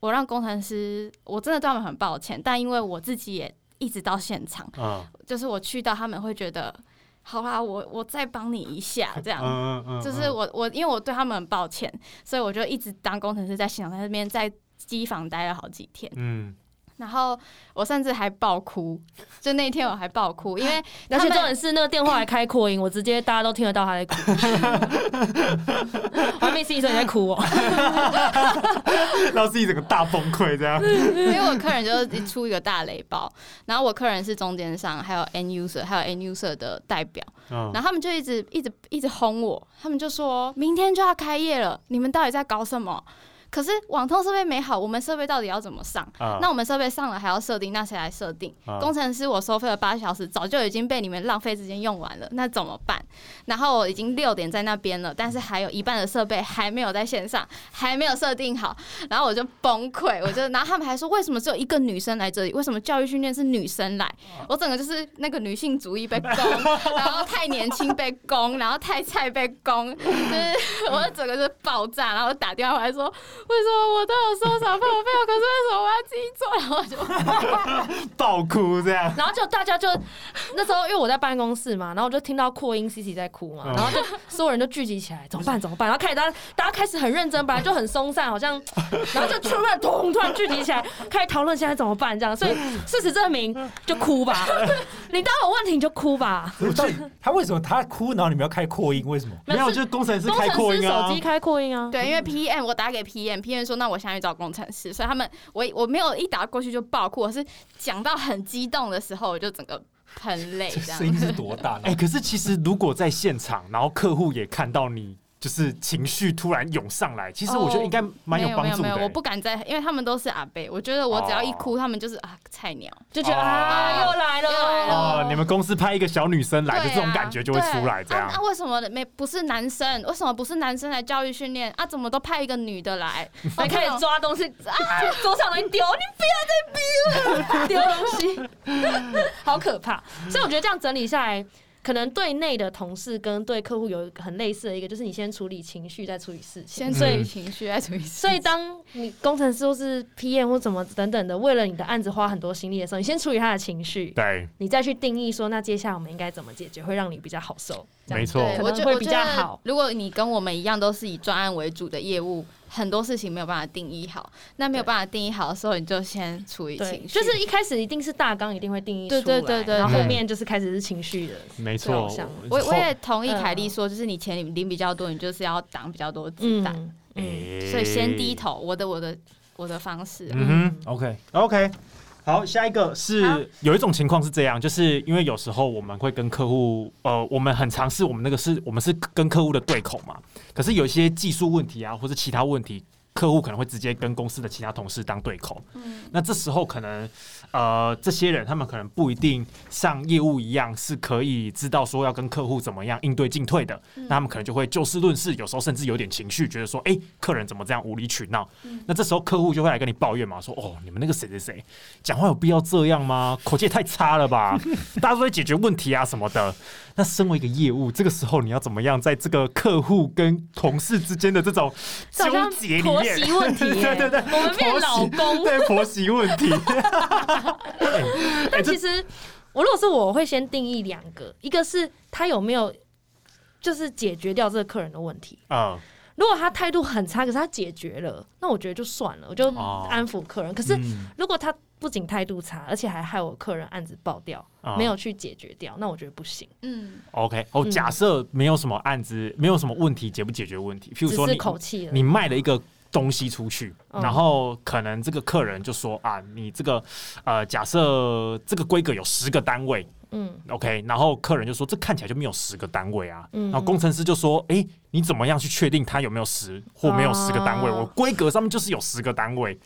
[SPEAKER 1] 我让工程师，我真的对他们很抱歉，但因为我自己也一直到现场。
[SPEAKER 2] 啊，
[SPEAKER 1] 就是我去到他们会觉得，好啦，我我再帮你一下这样。
[SPEAKER 2] 嗯嗯嗯，
[SPEAKER 1] 就是我我因为我对他们很抱歉，所以我就一直当工程师在现场在那边在机房待了好几天，
[SPEAKER 2] 嗯，
[SPEAKER 1] 然后我甚至还爆哭，就那一天我还爆哭，因 为
[SPEAKER 3] 而且
[SPEAKER 1] 他们
[SPEAKER 3] 重点是那个电话还开扩音，我直接大家都听得到他 在哭。我还没听你说你在哭哦，
[SPEAKER 2] 让自己整个大崩溃这样，
[SPEAKER 1] 因为我客人就是出一个大雷包，然后我客人是中间商，还有 N user，还有 N user 的代表，
[SPEAKER 2] 嗯
[SPEAKER 1] 然后他们就一直一直一直轰我，他们就说明天就要开业了，你们到底在搞什么？可是网通设备没好，我们设备到底要怎么上？
[SPEAKER 2] 啊
[SPEAKER 1] 那我们设备上了还要设定，那谁来设定？
[SPEAKER 2] 啊
[SPEAKER 1] 工程师我收费了八小时，早就已经被你们浪费时间用完了，那怎么办？然后我已经六点在那边了，但是还有一半的设备还没有在线上，还没有设定好，然后我就崩溃，我就，然后他们还说为什么只有一个女生来这里？为什么教育训练是女生来？我整个就是那个女性主义被攻，然后太年轻被攻，然后太菜被攻，就是我整个就爆炸，然后打电话回来说为什么我都有收场费我费用，可是为什么我要自己做？然后我就
[SPEAKER 2] 爆哭这样，
[SPEAKER 3] 然后就大家就那时候因为我在办公室嘛，然后我就听到扩音 C C 在哭嘛，
[SPEAKER 2] 嗯
[SPEAKER 3] 然后就所有人都聚集起来，怎么办怎么办？然后开始大家大家开始很认真，本来就很松散，好像，然后就突然咚突然聚集起来，开始讨论现在怎么办这样。所以事实证明，就 哭吧，你当有问题你就哭吧。
[SPEAKER 4] 我 到底他为什么他哭，然后你们要开扩音？ 为什么？
[SPEAKER 2] 没有，就是工程师
[SPEAKER 3] 工
[SPEAKER 2] 开扩
[SPEAKER 3] 程师
[SPEAKER 2] 音啊
[SPEAKER 3] 手机，开扩音啊，
[SPEAKER 1] 对，因
[SPEAKER 2] 嗯
[SPEAKER 1] 为 PM 我打给 PM，PM 说那我想去找工程师，所以他们我我没有一打过去就爆哭，我是讲到很激动的时候我就整个很累
[SPEAKER 4] 这
[SPEAKER 1] 这样
[SPEAKER 4] 声。音是多 大？
[SPEAKER 2] 哎，可是其实如果在现场，然后客户也看到你。就是情绪突然涌上来，其实我觉得应该蛮
[SPEAKER 1] 哦没有
[SPEAKER 2] 帮
[SPEAKER 1] 没有
[SPEAKER 2] 助
[SPEAKER 1] 没
[SPEAKER 2] 的
[SPEAKER 1] 有，
[SPEAKER 2] 欸。
[SPEAKER 1] 我不敢再，因为他们都是阿贝，我觉得我只要一哭，他们就是啊菜鸟。
[SPEAKER 3] 就觉得
[SPEAKER 2] 哦
[SPEAKER 3] 啊又来
[SPEAKER 1] 又来了
[SPEAKER 3] 了。
[SPEAKER 2] 哦，你们公司派一个小女生来，就
[SPEAKER 1] 啊对啊
[SPEAKER 2] 这种感觉就会出来，这样
[SPEAKER 1] 啊。对啊，啊为什么没不是男生？为什么不是男生来教育训练啊？怎么都派一个女的 来？
[SPEAKER 3] 还开
[SPEAKER 2] 哦嗯
[SPEAKER 3] 始抓东西啊，桌上东西丢，你不要再逼我丢东西， 好可怕。所以我觉得这样整理下来，可能对内的同事跟对客户有一个很类似的一个，就是你先处理情绪，再处理事情。
[SPEAKER 1] 先处理情绪，再处理事
[SPEAKER 3] 所以，当你工程师或是 PM 或怎么等等的，为了你的案子花很多心力的时候，你先处理他的情绪，
[SPEAKER 1] 啊
[SPEAKER 2] 对，
[SPEAKER 3] 你再去定义说，那接下来我们应该怎么解决，会让你比较好受。这样
[SPEAKER 2] 没错。
[SPEAKER 1] 对，
[SPEAKER 3] 可
[SPEAKER 1] 我
[SPEAKER 3] 能
[SPEAKER 1] 觉
[SPEAKER 3] 会
[SPEAKER 1] 我
[SPEAKER 3] 比
[SPEAKER 1] 觉
[SPEAKER 3] 较
[SPEAKER 1] 得
[SPEAKER 3] 好
[SPEAKER 1] 如果你跟我们一样都是以专案为主的业务，很多事情没有办法定义好。那没有
[SPEAKER 3] 对
[SPEAKER 1] 办法定义好的时候，你就先处理
[SPEAKER 3] 对，
[SPEAKER 1] 情绪，
[SPEAKER 3] 就是一开始一定是大纲一定会定义出
[SPEAKER 1] 对对
[SPEAKER 3] 来，
[SPEAKER 1] 对对
[SPEAKER 3] 然后
[SPEAKER 2] 对
[SPEAKER 3] 后面就是开始是情绪的。
[SPEAKER 2] 没
[SPEAKER 3] 这
[SPEAKER 2] 错哦
[SPEAKER 3] 好像，
[SPEAKER 1] 我我也同意
[SPEAKER 3] 嗯
[SPEAKER 1] 凯莉说，就是你钱领领比较多，你就是要挡比较多子
[SPEAKER 3] 嗯
[SPEAKER 1] 弹，
[SPEAKER 2] 哎
[SPEAKER 3] 嗯
[SPEAKER 1] 所以先低。头。我的我的我的方式啊、
[SPEAKER 2] 嗯哼
[SPEAKER 4] OK，
[SPEAKER 2] ，OK。好，下一个
[SPEAKER 1] 好
[SPEAKER 2] 是有一种情况是这样，就是因为有时候我们会跟客户，呃，我们很尝试我们那个是我们是跟客户的对口嘛，可是有一些技术问题啊，或者其他问题，客户可能会直接跟公司的其他同事当对口。那这时候可能，呃，这些人他们可能不一定像业务一样是可以知道说要跟客户怎么样应对进退的，那他们可能就会就事论事，有时候甚至有点情绪，觉得说，哎、客人怎么这样无理取闹？那这时候客户就会来跟你抱怨嘛，说，哦，你们那个谁谁谁讲话有必要这样吗？口气也太差了吧，大家都在解决问题啊什么的。那身为一个业务，这个时候你要怎么样在这个客户跟同事之间的这种
[SPEAKER 3] 这好像
[SPEAKER 2] 纠结里
[SPEAKER 3] 婆
[SPEAKER 2] 面，
[SPEAKER 3] 媳 问题耶，
[SPEAKER 2] 对对对
[SPEAKER 3] 我们变老公。
[SPEAKER 2] 对婆媳问 题，哎
[SPEAKER 3] 但其实我如果是我，我会先定义两个，一个是他有没有就是解决掉这个客人的问题。
[SPEAKER 2] 嗯，
[SPEAKER 3] 如果他态度很差，可是他解决了，那我觉得就算了，我就
[SPEAKER 2] 哦
[SPEAKER 3] 安抚客人。可是
[SPEAKER 4] 嗯
[SPEAKER 3] 如果他不仅态度差，而且还害我客人案子爆掉，
[SPEAKER 2] 啊
[SPEAKER 3] 没有去解决掉，那我觉得不行。
[SPEAKER 5] 嗯，
[SPEAKER 2] OK 哦，
[SPEAKER 3] 嗯
[SPEAKER 2] 假设没有什么案子，没有什么问题解不解决问题，譬如
[SPEAKER 3] 只
[SPEAKER 2] 说
[SPEAKER 3] 是
[SPEAKER 2] 你
[SPEAKER 3] 口气了，
[SPEAKER 2] 你卖了一个东西出去，
[SPEAKER 3] 嗯
[SPEAKER 2] 然后可能这个客人就说啊，你这个呃，假设这个规格有十个单位
[SPEAKER 3] 嗯，
[SPEAKER 2] ，OK，然后客人就说这看起来就没有十个单位啊，
[SPEAKER 3] 嗯
[SPEAKER 2] 然后工程师就说，诶，你怎么样去确定它有没有十或没有十个单位？
[SPEAKER 3] 哦
[SPEAKER 2] 我规格上面就是有十个单位，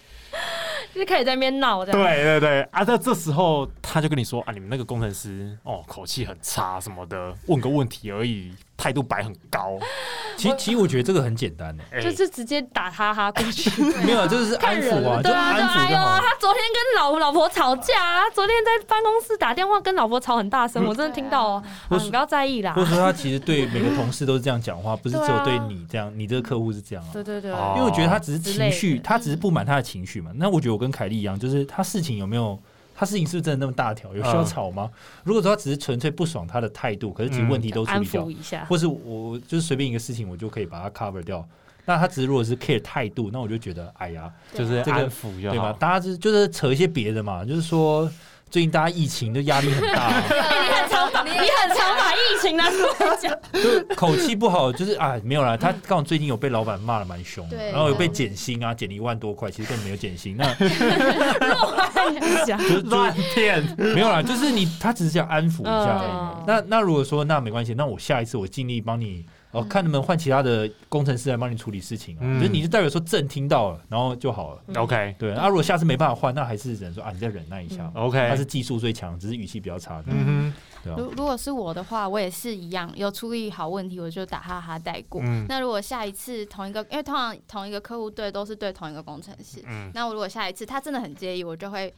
[SPEAKER 3] 就是开始在那边闹这样。
[SPEAKER 2] 对对对，啊，那这时候他就跟你说啊，你们那个工程师哦，口气很差什么的，问个问题而已，态度摆很高，哎
[SPEAKER 4] 其实其实我觉得这个很简 单的，
[SPEAKER 2] 诶
[SPEAKER 3] 就是直接打哈哈过去，
[SPEAKER 4] 没有，这是
[SPEAKER 3] 看
[SPEAKER 4] 安
[SPEAKER 3] 人
[SPEAKER 4] 抚啊，
[SPEAKER 3] 对
[SPEAKER 4] 就
[SPEAKER 3] 啊，就
[SPEAKER 4] 安
[SPEAKER 3] 哎
[SPEAKER 4] 抚
[SPEAKER 3] 呦，
[SPEAKER 4] 就好了。
[SPEAKER 3] 他昨天跟老老婆吵架啊，昨天在办公室打电话跟老婆吵很大声，我真的听到哦，啊
[SPEAKER 4] 或
[SPEAKER 3] 你不要在意啦
[SPEAKER 4] 或。者说他其实对每个同事都是这样讲话，不是只有对你这样，你这个客户是这样啊。
[SPEAKER 3] 对对对，
[SPEAKER 2] 哦
[SPEAKER 4] 因为我觉得他只是
[SPEAKER 3] 之
[SPEAKER 4] 情
[SPEAKER 3] 类
[SPEAKER 4] 绪，
[SPEAKER 3] 的嗯
[SPEAKER 4] 他只是不满他的情绪嘛。那我觉得我跟凯莉一样，就是他事情有没有，他事情是不是真的那么大条，有需要
[SPEAKER 2] 嗯
[SPEAKER 4] 吵吗？如果说他只是纯粹不爽他的态度，可是其实
[SPEAKER 2] 嗯
[SPEAKER 4] 问题都处
[SPEAKER 3] 安
[SPEAKER 4] 理掉
[SPEAKER 3] 抚，一下。
[SPEAKER 4] 或是我就是随便一个事情，我就可以把它 cover 掉。那他只是如果是 care 态度，那我就觉得，哎呀，
[SPEAKER 2] 就是
[SPEAKER 4] 这个
[SPEAKER 2] 安抚就
[SPEAKER 4] 对吧
[SPEAKER 2] 好？。
[SPEAKER 4] 大家就是就是扯一些别的嘛，就是说最近大家疫情的压力很大、
[SPEAKER 1] 嗯
[SPEAKER 3] 你很 常把，你很常把疫情拿出来讲。
[SPEAKER 4] 就是口气不好，就是啊，没有啦。他刚好最近有被老板骂的蛮凶的，
[SPEAKER 5] 对
[SPEAKER 4] 然后有被减薪啊，减了一万多块，其实根本没有减薪。那
[SPEAKER 2] 就是乱骗，
[SPEAKER 4] 没有啦，就是你他只是想安抚一下而已。
[SPEAKER 3] 嗯
[SPEAKER 4] 那那如果说那没关系，那我下一次我尽力帮你，哦，看能不能换其他的工程师来帮你处理事情啊。
[SPEAKER 2] 嗯
[SPEAKER 4] 就是你就代表说朕听到了，然后就好了。
[SPEAKER 2] OK
[SPEAKER 4] 对，那、如果下次没办法换，那还是只能说啊，你再忍耐一下。
[SPEAKER 2] OK，
[SPEAKER 4] 他是技术最强，只是语气比较差。
[SPEAKER 2] 嗯
[SPEAKER 4] 对啊
[SPEAKER 1] 如如果是我的话，我也是一样，有处理好问题我就打哈哈带过。
[SPEAKER 2] 嗯
[SPEAKER 1] 那如果下一次同一个，因为通常同一个客户对都是对同一个工程师
[SPEAKER 2] 哼，嗯，
[SPEAKER 1] 那我如果下一次他真的很介意，我就会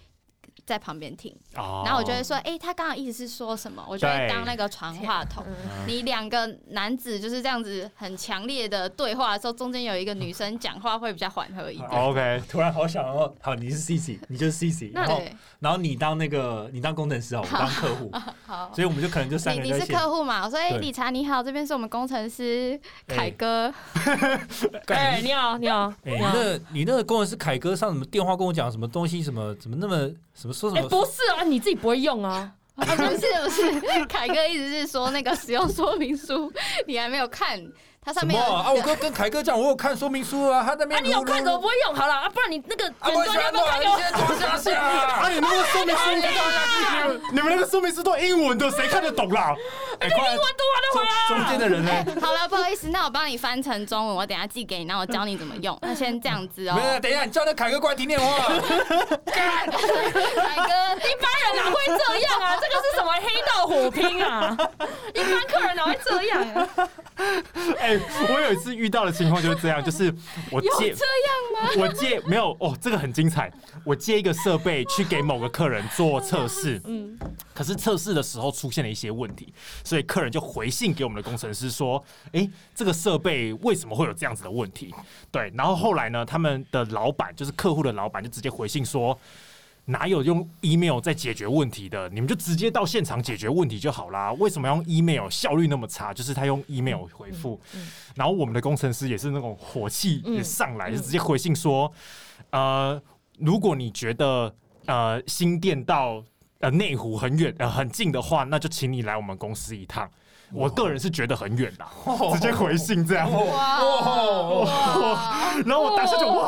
[SPEAKER 1] 在旁边听，
[SPEAKER 2] 哦
[SPEAKER 1] 然后我就会说，哎、他刚刚意思是说什么？我就会
[SPEAKER 2] 对
[SPEAKER 1] 当那个传话筒。
[SPEAKER 3] 哎
[SPEAKER 4] 嗯
[SPEAKER 1] 你两个男子就是这样子很强烈的对话的时候，中间有一个女生讲话会比较缓和一点。
[SPEAKER 4] 哦
[SPEAKER 2] OK，
[SPEAKER 4] 突然好想哦，好，你是 C C，你就是 C C，然后
[SPEAKER 1] 对，
[SPEAKER 4] 然后你当那个你当工程师好，我当客 户，
[SPEAKER 1] 好。
[SPEAKER 4] 所以我们就可能就三
[SPEAKER 1] 你
[SPEAKER 4] 个人
[SPEAKER 1] 你
[SPEAKER 4] 在
[SPEAKER 1] 是
[SPEAKER 4] 线。
[SPEAKER 1] 客户嘛？我说，哎、
[SPEAKER 4] 对
[SPEAKER 1] 理查你好，这边是我们工程师
[SPEAKER 4] 哎
[SPEAKER 1] 凯哥。
[SPEAKER 3] 哎，你好，你好，
[SPEAKER 4] 哎、
[SPEAKER 3] 你
[SPEAKER 4] 你
[SPEAKER 3] 好。
[SPEAKER 4] 那你那个工程师凯哥上什么电话跟我讲什么东西，什么怎么那么什么说什
[SPEAKER 3] 哎，
[SPEAKER 4] 么？
[SPEAKER 3] 不是啊，你自己不会用啊。
[SPEAKER 1] 啊，不是不是，凯哥一直是说那个使用说明书你还没有看，它上
[SPEAKER 4] 什
[SPEAKER 1] 面
[SPEAKER 4] 么
[SPEAKER 1] 有
[SPEAKER 4] 啊？我跟跟凯哥讲，我有看说明书啊，他在那
[SPEAKER 3] 啊，
[SPEAKER 4] 边。
[SPEAKER 3] 你有看什么不？会用？好了，啊，不然你那个
[SPEAKER 4] 啊，
[SPEAKER 3] 远
[SPEAKER 4] 我
[SPEAKER 3] 端
[SPEAKER 4] 喜
[SPEAKER 3] 要
[SPEAKER 4] 欢
[SPEAKER 3] 不要开给
[SPEAKER 4] 你
[SPEAKER 3] 我？
[SPEAKER 4] 先坐下去 啊！
[SPEAKER 2] 你们那个说明
[SPEAKER 3] 啊
[SPEAKER 2] 书， 你们那个说明书都英文的，谁看得懂啦？
[SPEAKER 4] 哎，快
[SPEAKER 3] 啊
[SPEAKER 4] 来，中中间的人呢？
[SPEAKER 3] 哎
[SPEAKER 1] 好了，不好意思，那我帮你翻成中文，我等一下寄给你，那我教你怎么 用。那先这样子哦
[SPEAKER 4] 没， 有，等一下，你叫那凯哥过来听哦电话。
[SPEAKER 1] 凯哥，
[SPEAKER 3] 一般人哪会这 样啊？这个是什么黑道火拼啊？一般客人哪会这样啊？
[SPEAKER 2] 哎，我有一次遇到的情况就是这样，就是我借这样吗？我借没有哦，这个很精彩。我借一个设备去给某个客人做测试，
[SPEAKER 3] 嗯，
[SPEAKER 2] 可是测试的时候出现了一些问题，所以客人就回信给我们的工程师说：“诶，这个设备为什么会有这样子的问题？”对，然后后来呢，他们的老板就是客户的老板就直接回信说：“哪有用 email 在解决问题的？你们就直接到现场解决问题就好啦，为什么要用 email？效率那么差，就是他用 email 回复。然后我们的工程师也是那种火气也上来，就直接回信说：“呃，如果你觉得呃新店到呃内湖很远呃很近的话，那就请你来我们公司一趟。”我个人是觉得很远啦，直接回信这样。
[SPEAKER 1] 哇哇，
[SPEAKER 2] 然后我当时就哇，